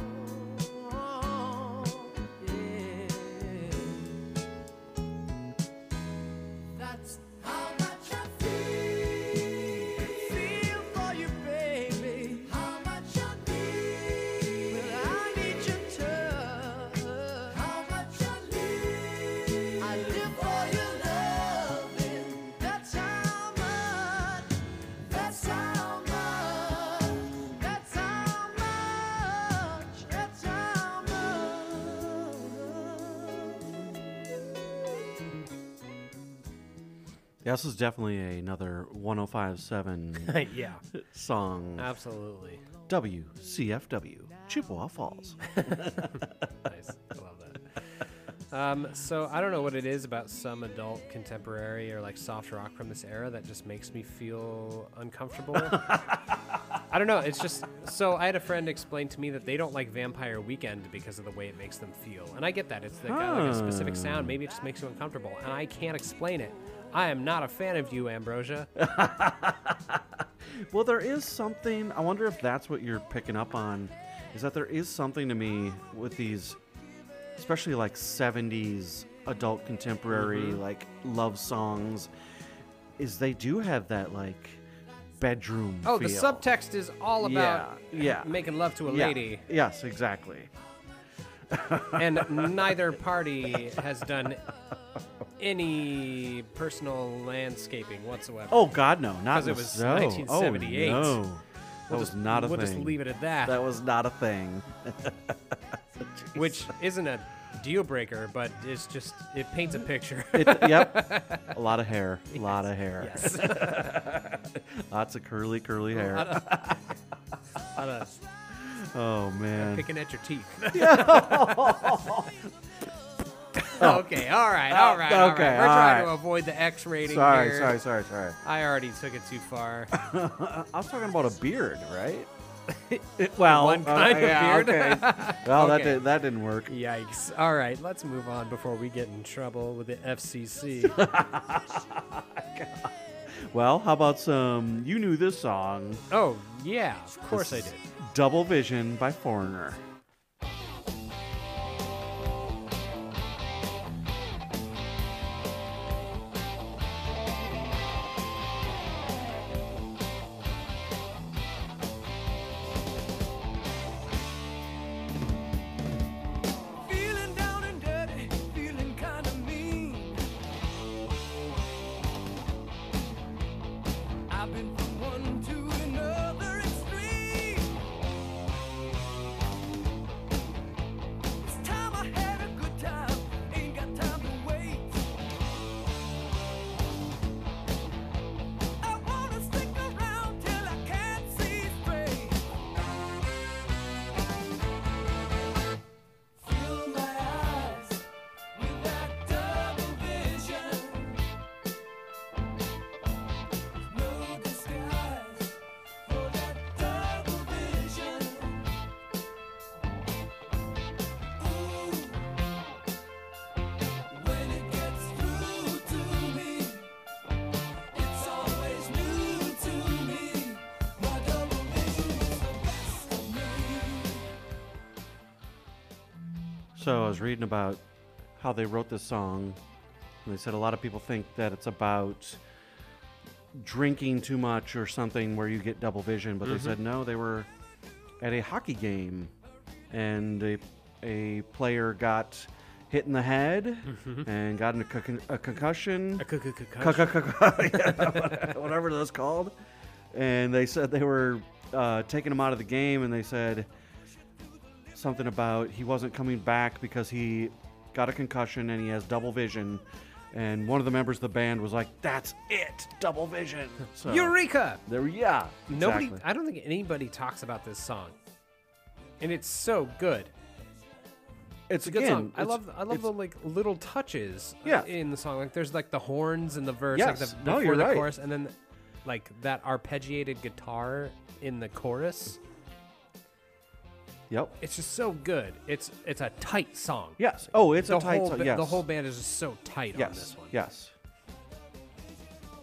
Speaker 4: That's how much I feel, feel for you, baby. How much I need, well I need your touch. How much I need, I live for your loving. That's how much. That's how much. That's how much. That's how much.
Speaker 1: Yeah, this is definitely another 105.7
Speaker 2: yeah,
Speaker 1: song.
Speaker 2: absolutely.
Speaker 1: WCFW, Chippewa Falls.
Speaker 2: Nice. I love that. Um, so I don't know what it is about some adult contemporary or like soft rock from this era that just makes me feel uncomfortable. I don't know. It's just so I had a friend explain to me that they don't like Vampire Weekend because of the way it makes them feel, and I get that. It's the, got like a specific sound. Maybe it just makes you uncomfortable, and I can't explain it. I am not a fan of you, Ambrosia.
Speaker 1: Well, there is something. I wonder if that's what you're picking up on. Is that there is something to me with these, especially like 70s adult contemporary,
Speaker 2: Mm-hmm.
Speaker 1: like love songs, is they do have that like bedroom.
Speaker 2: Oh, the
Speaker 1: feel.
Speaker 2: subtext is all about
Speaker 1: Yeah, yeah.
Speaker 2: making love to a
Speaker 1: Yeah.
Speaker 2: lady.
Speaker 1: Yes, exactly.
Speaker 2: and neither party has done any personal landscaping whatsoever.
Speaker 1: Oh God, Oh, no, not
Speaker 2: 'Cause it was
Speaker 1: so.
Speaker 2: 1978.
Speaker 1: Oh, no. that was not a
Speaker 2: we'll
Speaker 1: thing.
Speaker 2: just leave it at that,
Speaker 1: That was not a thing.
Speaker 2: which isn't a deal breaker, but it's just it paints a picture.
Speaker 1: It, yep, a lot of hair, a lot of hair,
Speaker 2: yes,
Speaker 1: lots of curly, curly hair.
Speaker 2: on a,
Speaker 1: Oh man.
Speaker 2: picking at your teeth. okay, all right, all right, all right.
Speaker 1: Okay,
Speaker 2: We're
Speaker 1: all
Speaker 2: trying to
Speaker 1: right.
Speaker 2: avoid the X rating
Speaker 1: Sorry,
Speaker 2: here.
Speaker 1: sorry, sorry, sorry.
Speaker 2: I already took it too far.
Speaker 1: I was talking about a beard, right? well, uh,
Speaker 2: One kind of beard.
Speaker 1: Okay. Well, that
Speaker 2: Okay.
Speaker 1: did, that didn't work.
Speaker 2: Yikes. All right, let's move on before we get in trouble with the FCC.
Speaker 1: Well, how about some? You knew this song,
Speaker 2: oh, yeah, of course I did.
Speaker 1: "Double Vision" by Foreigner.
Speaker 4: Feeling down and dirty, feeling kind of mean.
Speaker 3: Hopping from one to another extreme. It's time I had a good time. Ain't got time to wait. I wanna stick around till I can't see straight. Fill my eyes with that double vision. No disguise for that double vision. Ooh, when it gets through to me, it's always new to me. My double vision is the best of me.
Speaker 1: So I was reading about how they wrote this song, and they said a lot of people think that it's about drinking too much or something where you get double vision, but they said no, they were at a hockey game, and a, a player got hit in the head and got into con- a concussion. Yeah, whatever that's called. And they said they were uh, taking him out of the game, and they said something about he wasn't coming back because he got a concussion and he has double vision. And one of the members of the band was like, "That's it, double vision." So
Speaker 2: Eureka!
Speaker 1: There, yeah,
Speaker 2: Nobody,
Speaker 1: exactly.
Speaker 2: I don't think anybody talks about this song, and it's so good.
Speaker 1: it's
Speaker 2: It's a good
Speaker 1: again,
Speaker 2: song. I
Speaker 1: it's-
Speaker 2: love, I love
Speaker 1: it's-
Speaker 2: the like little touches. uh,
Speaker 1: Yeah.
Speaker 2: in the song, like there's like the horns in the verse, like
Speaker 1: Yes.
Speaker 2: the,
Speaker 1: No,
Speaker 2: before
Speaker 1: you're
Speaker 2: the
Speaker 1: right.
Speaker 2: chorus, and then like that arpeggiated guitar in the chorus.
Speaker 1: Yep.
Speaker 2: It's just so good. It's it's a tight song.
Speaker 1: Yes. Oh, it's
Speaker 2: the
Speaker 1: a tight
Speaker 2: whole
Speaker 1: song.
Speaker 2: ba-
Speaker 1: Yes.
Speaker 2: the whole band is just so tight on
Speaker 1: Yes.
Speaker 2: this one.
Speaker 1: Yes.
Speaker 2: and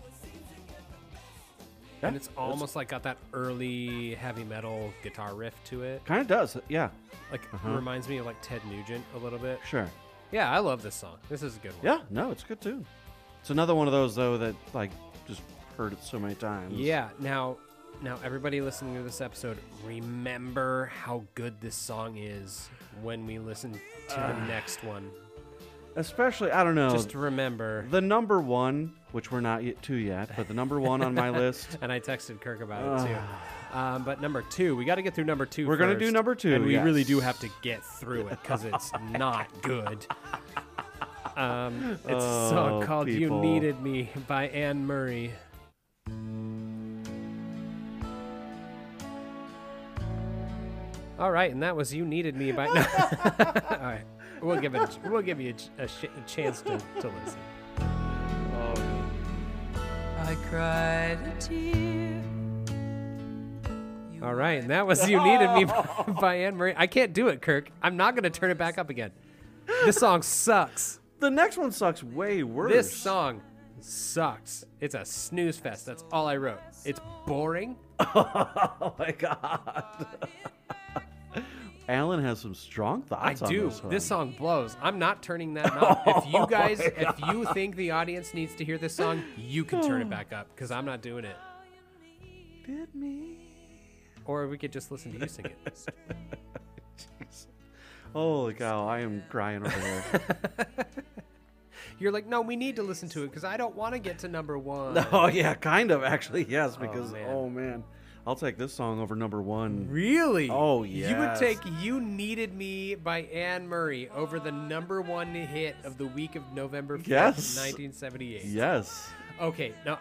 Speaker 1: Yeah,
Speaker 2: it's almost like got that early heavy metal guitar riff to it.
Speaker 1: Kind of does. Yeah.
Speaker 2: Like
Speaker 1: Uh-huh.
Speaker 2: reminds me of like Ted Nugent a little bit.
Speaker 1: Sure.
Speaker 2: Yeah, I love this song. This is a good one.
Speaker 1: Yeah. No, it's a good tune. It's another one of those though that like just heard it so many times.
Speaker 2: Yeah. Now, now everybody listening to this episode, remember how good this song is when we listen to the next one.
Speaker 1: Especially, I don't know.
Speaker 2: Just remember.
Speaker 1: The number one, which we're not yet to yet, but the number one on my list.
Speaker 2: And I texted Kirk about it too. Um, but number two, we got to get through number two.
Speaker 1: Ah. We're gonna do
Speaker 2: first,
Speaker 1: number two,
Speaker 2: and we really
Speaker 1: yes.
Speaker 2: do have to get through it because it's not good. Um, it's a song
Speaker 1: Oh,
Speaker 2: called
Speaker 1: people.
Speaker 2: "You Needed Me" by Anne Murray. All right, and that was "You Needed Me" by. No. All right, we'll give it. A, ch- we'll give you a, ch- a, sh- a chance to, to listen.
Speaker 4: I cried a tear.
Speaker 2: All right, and that was "You Needed Me" by Anne Marie. I can't do it, Kirk. I'm not gonna turn it back up again. This song sucks.
Speaker 1: The next one sucks way worse.
Speaker 2: This song sucks. It's a snooze fest. That's all I wrote. It's boring.
Speaker 1: Oh my god. Alan has some strong
Speaker 2: I
Speaker 1: thoughts. on
Speaker 2: do.
Speaker 1: This, one.
Speaker 2: This song blows. I'm not turning that knob. If you guys, if you think the audience needs to hear this song, you can turn it back up because I'm not doing it.
Speaker 1: Did me.
Speaker 2: Or we could just listen to you sing it.
Speaker 1: Holy cow! I am crying over here.
Speaker 2: You're like, no, we need to listen to it because I don't want to get to number one.
Speaker 1: oh yeah, kind of actually. Yes, because oh
Speaker 2: man.
Speaker 1: man. I'll take this song over number one.
Speaker 2: Really?
Speaker 1: Oh,
Speaker 2: You would
Speaker 1: yes.
Speaker 2: take "You Needed Me" by Anne Murray over the number one hit of the week of November 5th,
Speaker 1: Yes.
Speaker 2: 1978.
Speaker 1: Yes.
Speaker 2: Okay, now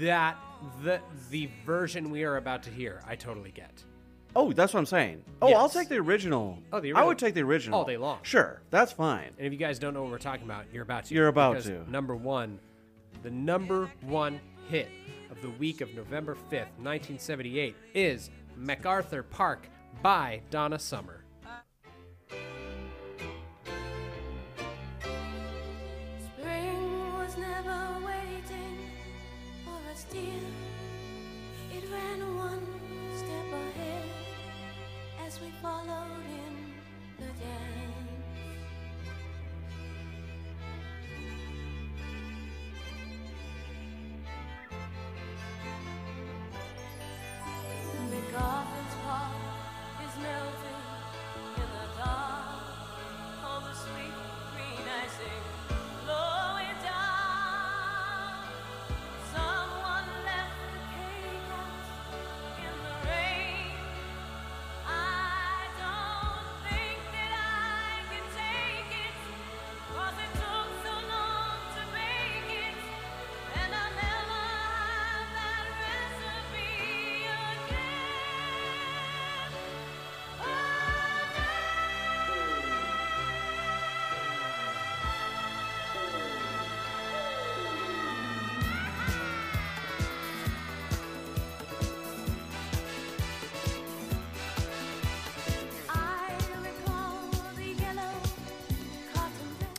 Speaker 2: that the the version we are about to hear, I totally get.
Speaker 1: Oh, that's what I'm saying. Oh, I'll
Speaker 2: Yes.
Speaker 1: take the original.
Speaker 2: Oh, the
Speaker 1: I
Speaker 2: original.
Speaker 1: would take the original
Speaker 2: All day long.
Speaker 1: Sure, that's fine.
Speaker 2: And if you guys don't know what we're talking about, you're about to.
Speaker 1: You're about
Speaker 2: because
Speaker 1: to.
Speaker 2: Number one, the number one hit of the week of November 5th, 1978, is MacArthur Park by Donna Summer.
Speaker 9: Spring was never waiting for us, dear. It ran one step ahead as we followed in the dance. MacArthur's Park is melting Oh,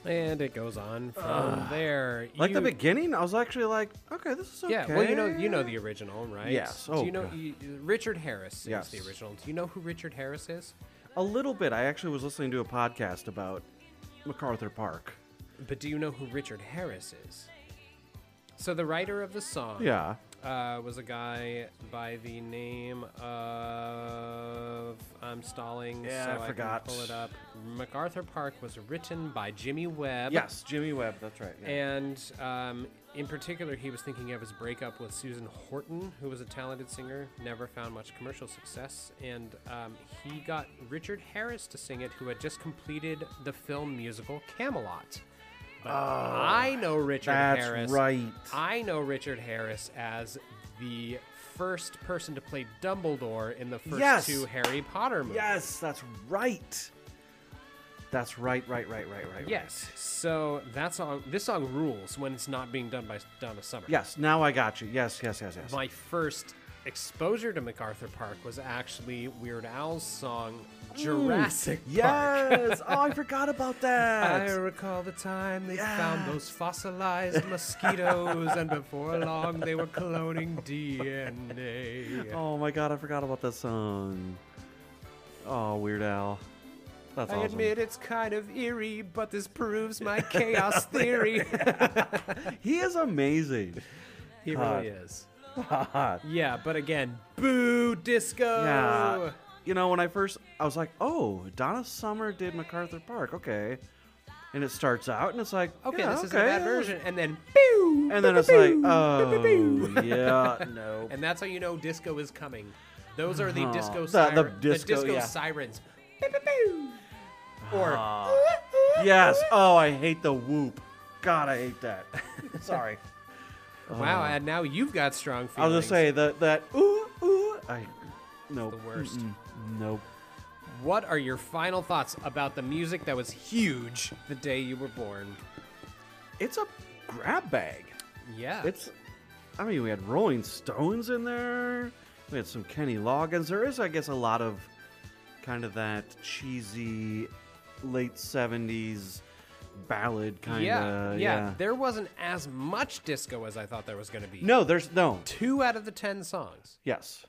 Speaker 2: And it goes on from there.
Speaker 1: Like the
Speaker 2: You-
Speaker 1: beginning, I was actually like, okay, this is okay.
Speaker 2: Yeah, well, you know, you know the original, right?
Speaker 1: Yes.
Speaker 2: Do
Speaker 1: Oh,
Speaker 2: you know
Speaker 1: God.
Speaker 2: you, Richard Harris
Speaker 1: Yes.
Speaker 2: is the original. Do you know who Richard Harris is?
Speaker 1: a little bit. I actually was listening to a podcast about MacArthur Park.
Speaker 2: But do you know who Richard Harris is? So the writer of the song,
Speaker 1: Yeah.
Speaker 2: uh, was a guy by the name of I'm stalling.
Speaker 1: Yeah,
Speaker 2: so
Speaker 1: I
Speaker 2: can
Speaker 1: forgot.
Speaker 2: pull it up. MacArthur Park was written by Jimmy Webb.
Speaker 1: Yes, Jimmy Webb. That's right. yeah.
Speaker 2: And um, in particular, he was thinking of his breakup with Susan Horton, who was a talented singer, never found much commercial success. And um, he got Richard Harris to sing it, who had just completed the film musical Camelot. But I know Richard
Speaker 1: Oh, that's
Speaker 2: Harris.
Speaker 1: right.
Speaker 2: I know Richard Harris as the first person to play Dumbledore in the first
Speaker 1: Yes.
Speaker 2: two Harry Potter movies.
Speaker 1: Yes, that's right. That's right, right, right, right, right. right.
Speaker 2: Yes. So that song, this song rules when it's not being done by Donna Summer.
Speaker 1: Yes, now I got you. Yes, yes, yes, yes.
Speaker 2: my first exposure to MacArthur Park was actually Weird Al's song Jurassic Park.
Speaker 1: yes. oh, I forgot about
Speaker 2: I
Speaker 1: that.
Speaker 2: recall the time they found those fossilized mosquitoes, and before long they were cloning DNA.
Speaker 1: Oh my god, I forgot about that song. Oh, Weird Al. That's
Speaker 2: I
Speaker 1: awesome.
Speaker 2: admit it's kind of eerie, but this proves my chaos theory.
Speaker 1: He is amazing.
Speaker 2: he
Speaker 1: God.
Speaker 2: really is. Yeah, but again, boo disco.
Speaker 1: Yeah. You know, when I first, I was like, oh, Donna Summer did MacArthur Park. Okay. And it starts out, and it's like,
Speaker 2: Okay,
Speaker 1: yeah,
Speaker 2: this is a
Speaker 1: okay.
Speaker 2: bad version, and then boo.
Speaker 1: And then it's like, oh, yeah, no.
Speaker 2: And that's how you know disco is coming. Those are the disco
Speaker 1: Uh-huh. The- the
Speaker 2: siren, the, disco,
Speaker 1: disco, yeah.
Speaker 2: sirens. Beep, beep, boo. Or
Speaker 1: Uh-huh. Yes. Oh, I hate the whoop. God, I hate that. Sorry.
Speaker 2: wow, and now you've got strong feelings.
Speaker 1: I was gonna say that that ooh ooh. I no
Speaker 2: the worst.
Speaker 1: Nope.
Speaker 2: What are your final thoughts about the music that was huge the day you were born?
Speaker 1: It's a grab bag.
Speaker 2: Yeah,
Speaker 1: It's. I mean, we had Rolling Stones in there. We had some Kenny Loggins. There is, I guess, a lot of kind of that cheesy late '70s ballad kind of.
Speaker 2: yeah, yeah, There wasn't as much disco as I thought there was going to be.
Speaker 1: No, there's no.
Speaker 2: two out of the ten songs.
Speaker 1: Yes.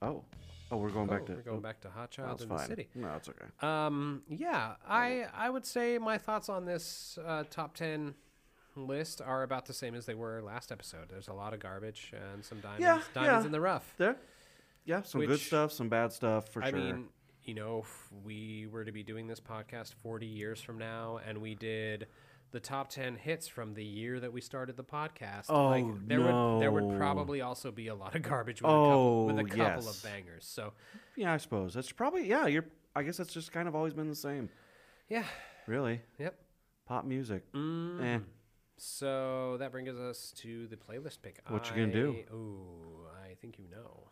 Speaker 1: Oh. Oh, we're going
Speaker 2: Oh,
Speaker 1: back to.
Speaker 2: we're going back to Hot Child
Speaker 1: That's
Speaker 2: in
Speaker 1: fine.
Speaker 2: the City.
Speaker 1: No, it's okay.
Speaker 2: Um, yeah, I I would say my thoughts on this uh, top ten list are about the same as they were last episode. There's a lot of garbage and some diamonds,
Speaker 1: Yeah,
Speaker 2: diamonds
Speaker 1: yeah.
Speaker 2: in the rough.
Speaker 1: There. Yeah, some good
Speaker 2: Which-
Speaker 1: stuff, some bad stuff for
Speaker 2: I
Speaker 1: sure.
Speaker 2: mean, you know, if we were to be doing this podcast 40 years from now, and we did the top 10 hits from the year that we started the podcast.
Speaker 1: Oh,
Speaker 2: there would there would
Speaker 1: no.
Speaker 2: probably also be a lot of garbage with, a, couple, with
Speaker 1: Oh,
Speaker 2: a couple
Speaker 1: yes.
Speaker 2: of bangers. So,
Speaker 1: yeah, I suppose that's probably yeah. You're. I guess that's just kind of always been the same,
Speaker 2: yeah,
Speaker 1: really.
Speaker 2: yep.
Speaker 1: Pop music.
Speaker 2: Mm.
Speaker 1: Eh.
Speaker 2: So that brings us to the playlist pick.
Speaker 1: What you gonna do?
Speaker 2: Ooh, I think you know.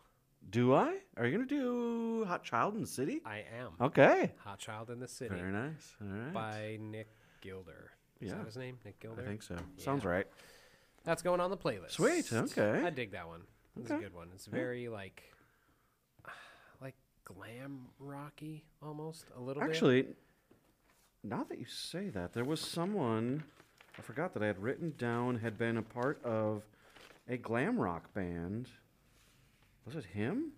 Speaker 1: Do I? Are you gonna do Hot Child in the City?
Speaker 2: I am
Speaker 1: Okay.
Speaker 2: Hot Child in the City
Speaker 1: Oh. Very nice. All right.
Speaker 2: by Nick Gilder. Is
Speaker 1: Yeah.
Speaker 2: that his name? Nick Gilder.
Speaker 1: I think so. Sounds right.
Speaker 2: That's going on the playlist.
Speaker 1: Sweet, okay.
Speaker 2: I dig that one. It's a
Speaker 1: Okay.
Speaker 2: good one. It's very like, like glam rocky almost a little bit.
Speaker 1: Actually, now that you say that, there was someone I forgot that I had written down had been a part of a glam rock band. Was it him?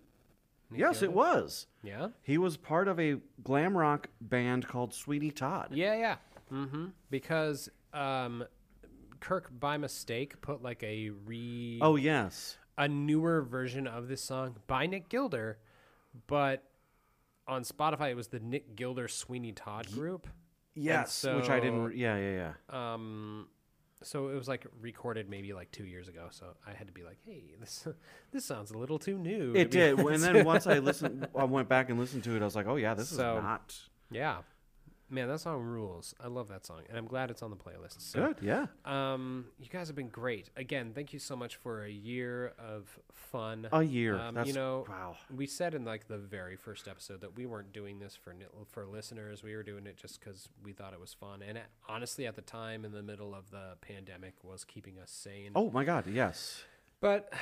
Speaker 1: yes, it was.
Speaker 2: Yeah.
Speaker 1: He was part of a glam rock band called Sweetie Todd.
Speaker 2: Yeah, yeah. Mm-hmm. Because um, Kirk by mistake put like a re
Speaker 1: Oh yes.
Speaker 2: a newer version of this song by Nick Gilder, but on Spotify it was the Nick Gilder Sweeney Todd group.
Speaker 1: Yes, which I didn't.
Speaker 2: so-
Speaker 1: re- yeah, yeah, yeah.
Speaker 2: Um, so it was like recorded maybe like two years ago. So I had to be like, hey, this this sounds a little too new. to
Speaker 1: it
Speaker 2: be
Speaker 1: did. And
Speaker 2: honest."
Speaker 1: then once I listened, I went back and listened to it. I was like, oh yeah, this
Speaker 2: So-
Speaker 1: is not
Speaker 2: yeah, man, that song rules. I love that song, and I'm glad it's on the playlist. So,
Speaker 1: good. Yeah.
Speaker 2: Um, you guys have been great. Again, thank you so much for a year of fun.
Speaker 1: A year.
Speaker 2: Um, you
Speaker 1: That's-
Speaker 2: know,
Speaker 1: wow.
Speaker 2: We said in like the very first episode that we weren't doing this for ni- for listeners. We were doing it just because we thought it was fun. And it, honestly, at the time, in the middle of the pandemic, was keeping us sane.
Speaker 1: Oh my God. Yes.
Speaker 2: But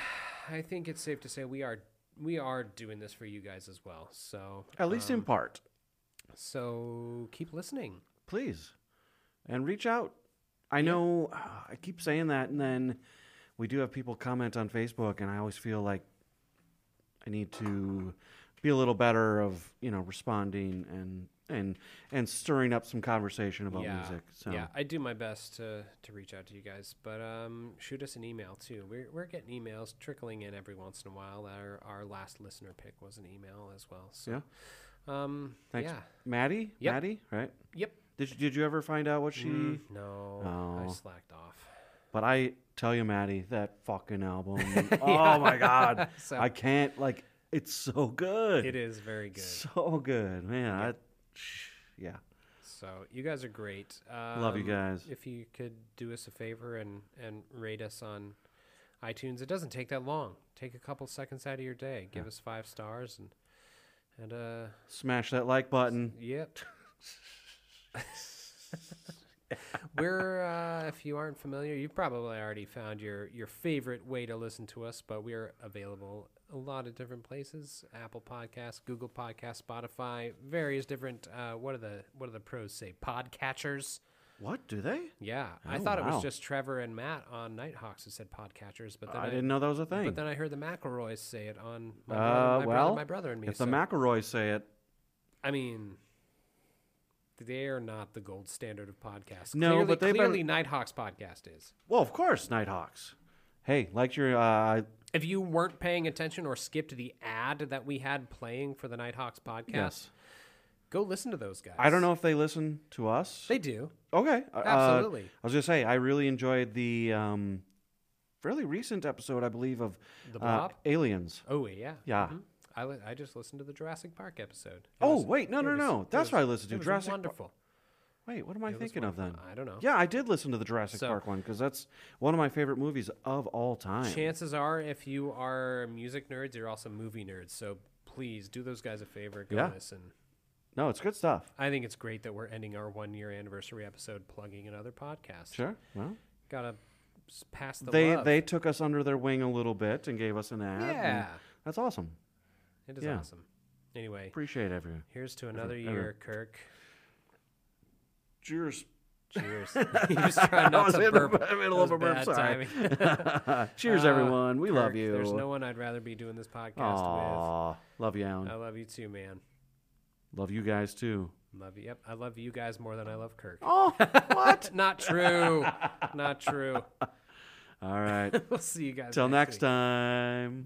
Speaker 2: I think it's safe to say we are we are doing this for you guys as well. So Um,
Speaker 1: At least in part.
Speaker 2: so keep listening.
Speaker 1: Please. and reach out. I know uh, I keep saying that, and then we do have people comment on Facebook, and I always feel like I need to be a little better of you know responding and and and stirring up some conversation about
Speaker 2: yeah,
Speaker 1: music. So
Speaker 2: yeah, I do my best to to reach out to you guys, but um, shoot us an email too. We're we're getting emails trickling in every once in a while. Our our last listener pick was an email as well. So um,
Speaker 1: thanks,
Speaker 2: yeah,
Speaker 1: Maddie.
Speaker 2: Yep. Mm-hmm.
Speaker 1: Maddie, right?
Speaker 2: yep.
Speaker 1: Did you, did you ever find out what she?
Speaker 2: No, I
Speaker 1: Oh.
Speaker 2: slacked off.
Speaker 1: But I tell you, Maddie, that fucking album. Oh my god,
Speaker 2: So-
Speaker 1: I can't like. It's so good.
Speaker 2: It is very good.
Speaker 1: so good, man. I, sh- yeah.
Speaker 2: So you guys are great. Um,
Speaker 1: Love you guys.
Speaker 2: If you could do us a favor and and rate us on iTunes, it doesn't take that long. Take a couple seconds out of your day. Give us five stars and and uh
Speaker 1: Smash that like button.
Speaker 2: Yep. We're uh, if you aren't familiar, you probably already found your your favorite way to listen to us, but we are available a lot of different places: Apple Podcasts, Google Podcasts, Spotify, various different. Uh, what are the what do the pros say? Podcatchers.
Speaker 1: What do they?
Speaker 2: Yeah, I
Speaker 1: Oh,
Speaker 2: thought it was
Speaker 1: wow.
Speaker 2: just Trevor and Matt on Nighthawks that said podcatchers, but then
Speaker 1: I didn't know that was a thing.
Speaker 2: But then I heard the McElroys say it on my,
Speaker 1: uh,
Speaker 2: brother,
Speaker 1: well,
Speaker 2: my, brother, my brother and me.
Speaker 1: If the
Speaker 2: so-
Speaker 1: McElroys say it,
Speaker 2: I mean, they are not the gold standard of podcasts.
Speaker 1: No,
Speaker 2: clearly,
Speaker 1: but they better-
Speaker 2: clearly Nighthawks podcast is.
Speaker 1: well, of course, Nighthawks. Hey, like your uh,
Speaker 2: If you weren't paying attention or skipped the ad that we had playing for the Nighthawks podcast,
Speaker 1: yes.
Speaker 2: go listen to those guys.
Speaker 1: I don't know if they listen to us.
Speaker 2: They do.
Speaker 1: okay, uh,
Speaker 2: Absolutely.
Speaker 1: I was gonna say I really enjoyed the um, fairly recent episode, I believe, of
Speaker 2: The
Speaker 1: uh,
Speaker 2: Blob?
Speaker 1: Aliens.
Speaker 2: Oh yeah.
Speaker 1: Yeah.
Speaker 2: Mhm. I, li- I just listened to the Jurassic Park episode. It
Speaker 1: Oh,
Speaker 2: was-
Speaker 1: wait, no,
Speaker 2: it
Speaker 1: no,
Speaker 2: was-
Speaker 1: no.
Speaker 2: it
Speaker 1: That's
Speaker 2: was-
Speaker 1: what I listened to.
Speaker 2: it was
Speaker 1: Jurassic Park-
Speaker 2: wonderful.
Speaker 1: Wait, what am I
Speaker 2: was
Speaker 1: thinking of then?
Speaker 2: wonderful. I don't know.
Speaker 1: Yeah, I did listen to the Jurassic
Speaker 2: So-
Speaker 1: Park one because that's one of my favorite movies of all time.
Speaker 2: Chances are, if you are music nerds, you're also movie nerds. So please do those guys a favor. Go
Speaker 1: Yeah.
Speaker 2: listen.
Speaker 1: No, it's good stuff.
Speaker 2: I think it's great that we're ending our one year anniversary episode plugging another podcast.
Speaker 1: Sure. Well,
Speaker 2: Gotta s- pass the
Speaker 1: they
Speaker 2: love.
Speaker 1: they took us under their wing a little bit and gave us an ad. and
Speaker 2: yeah.
Speaker 1: that's awesome.
Speaker 2: It is
Speaker 1: yeah.
Speaker 2: awesome. Anyway,
Speaker 1: Appreciate everyone.
Speaker 2: here's to another
Speaker 1: ever-
Speaker 2: year, Kirk.
Speaker 1: Cheers.
Speaker 2: Cheers. You're just trying
Speaker 1: I
Speaker 2: not
Speaker 1: was
Speaker 2: to
Speaker 1: in the
Speaker 2: burp.
Speaker 1: middle of
Speaker 2: That was
Speaker 1: a burp,
Speaker 2: bad
Speaker 1: sorry.
Speaker 2: timing.
Speaker 1: Cheers,
Speaker 2: Ah,
Speaker 1: everyone. We love
Speaker 2: Kirk,
Speaker 1: you.
Speaker 2: There's no one I'd rather be doing this podcast
Speaker 1: Aw, love you, Alan.
Speaker 2: with. I love you too, man.
Speaker 1: love you guys too.
Speaker 2: Love you. Yep, I love you guys more than I love Kirk.
Speaker 1: Oh, what?
Speaker 2: Not true. Not true.
Speaker 1: All right.
Speaker 2: We'll see you guys.
Speaker 1: Till next
Speaker 2: week.
Speaker 1: time.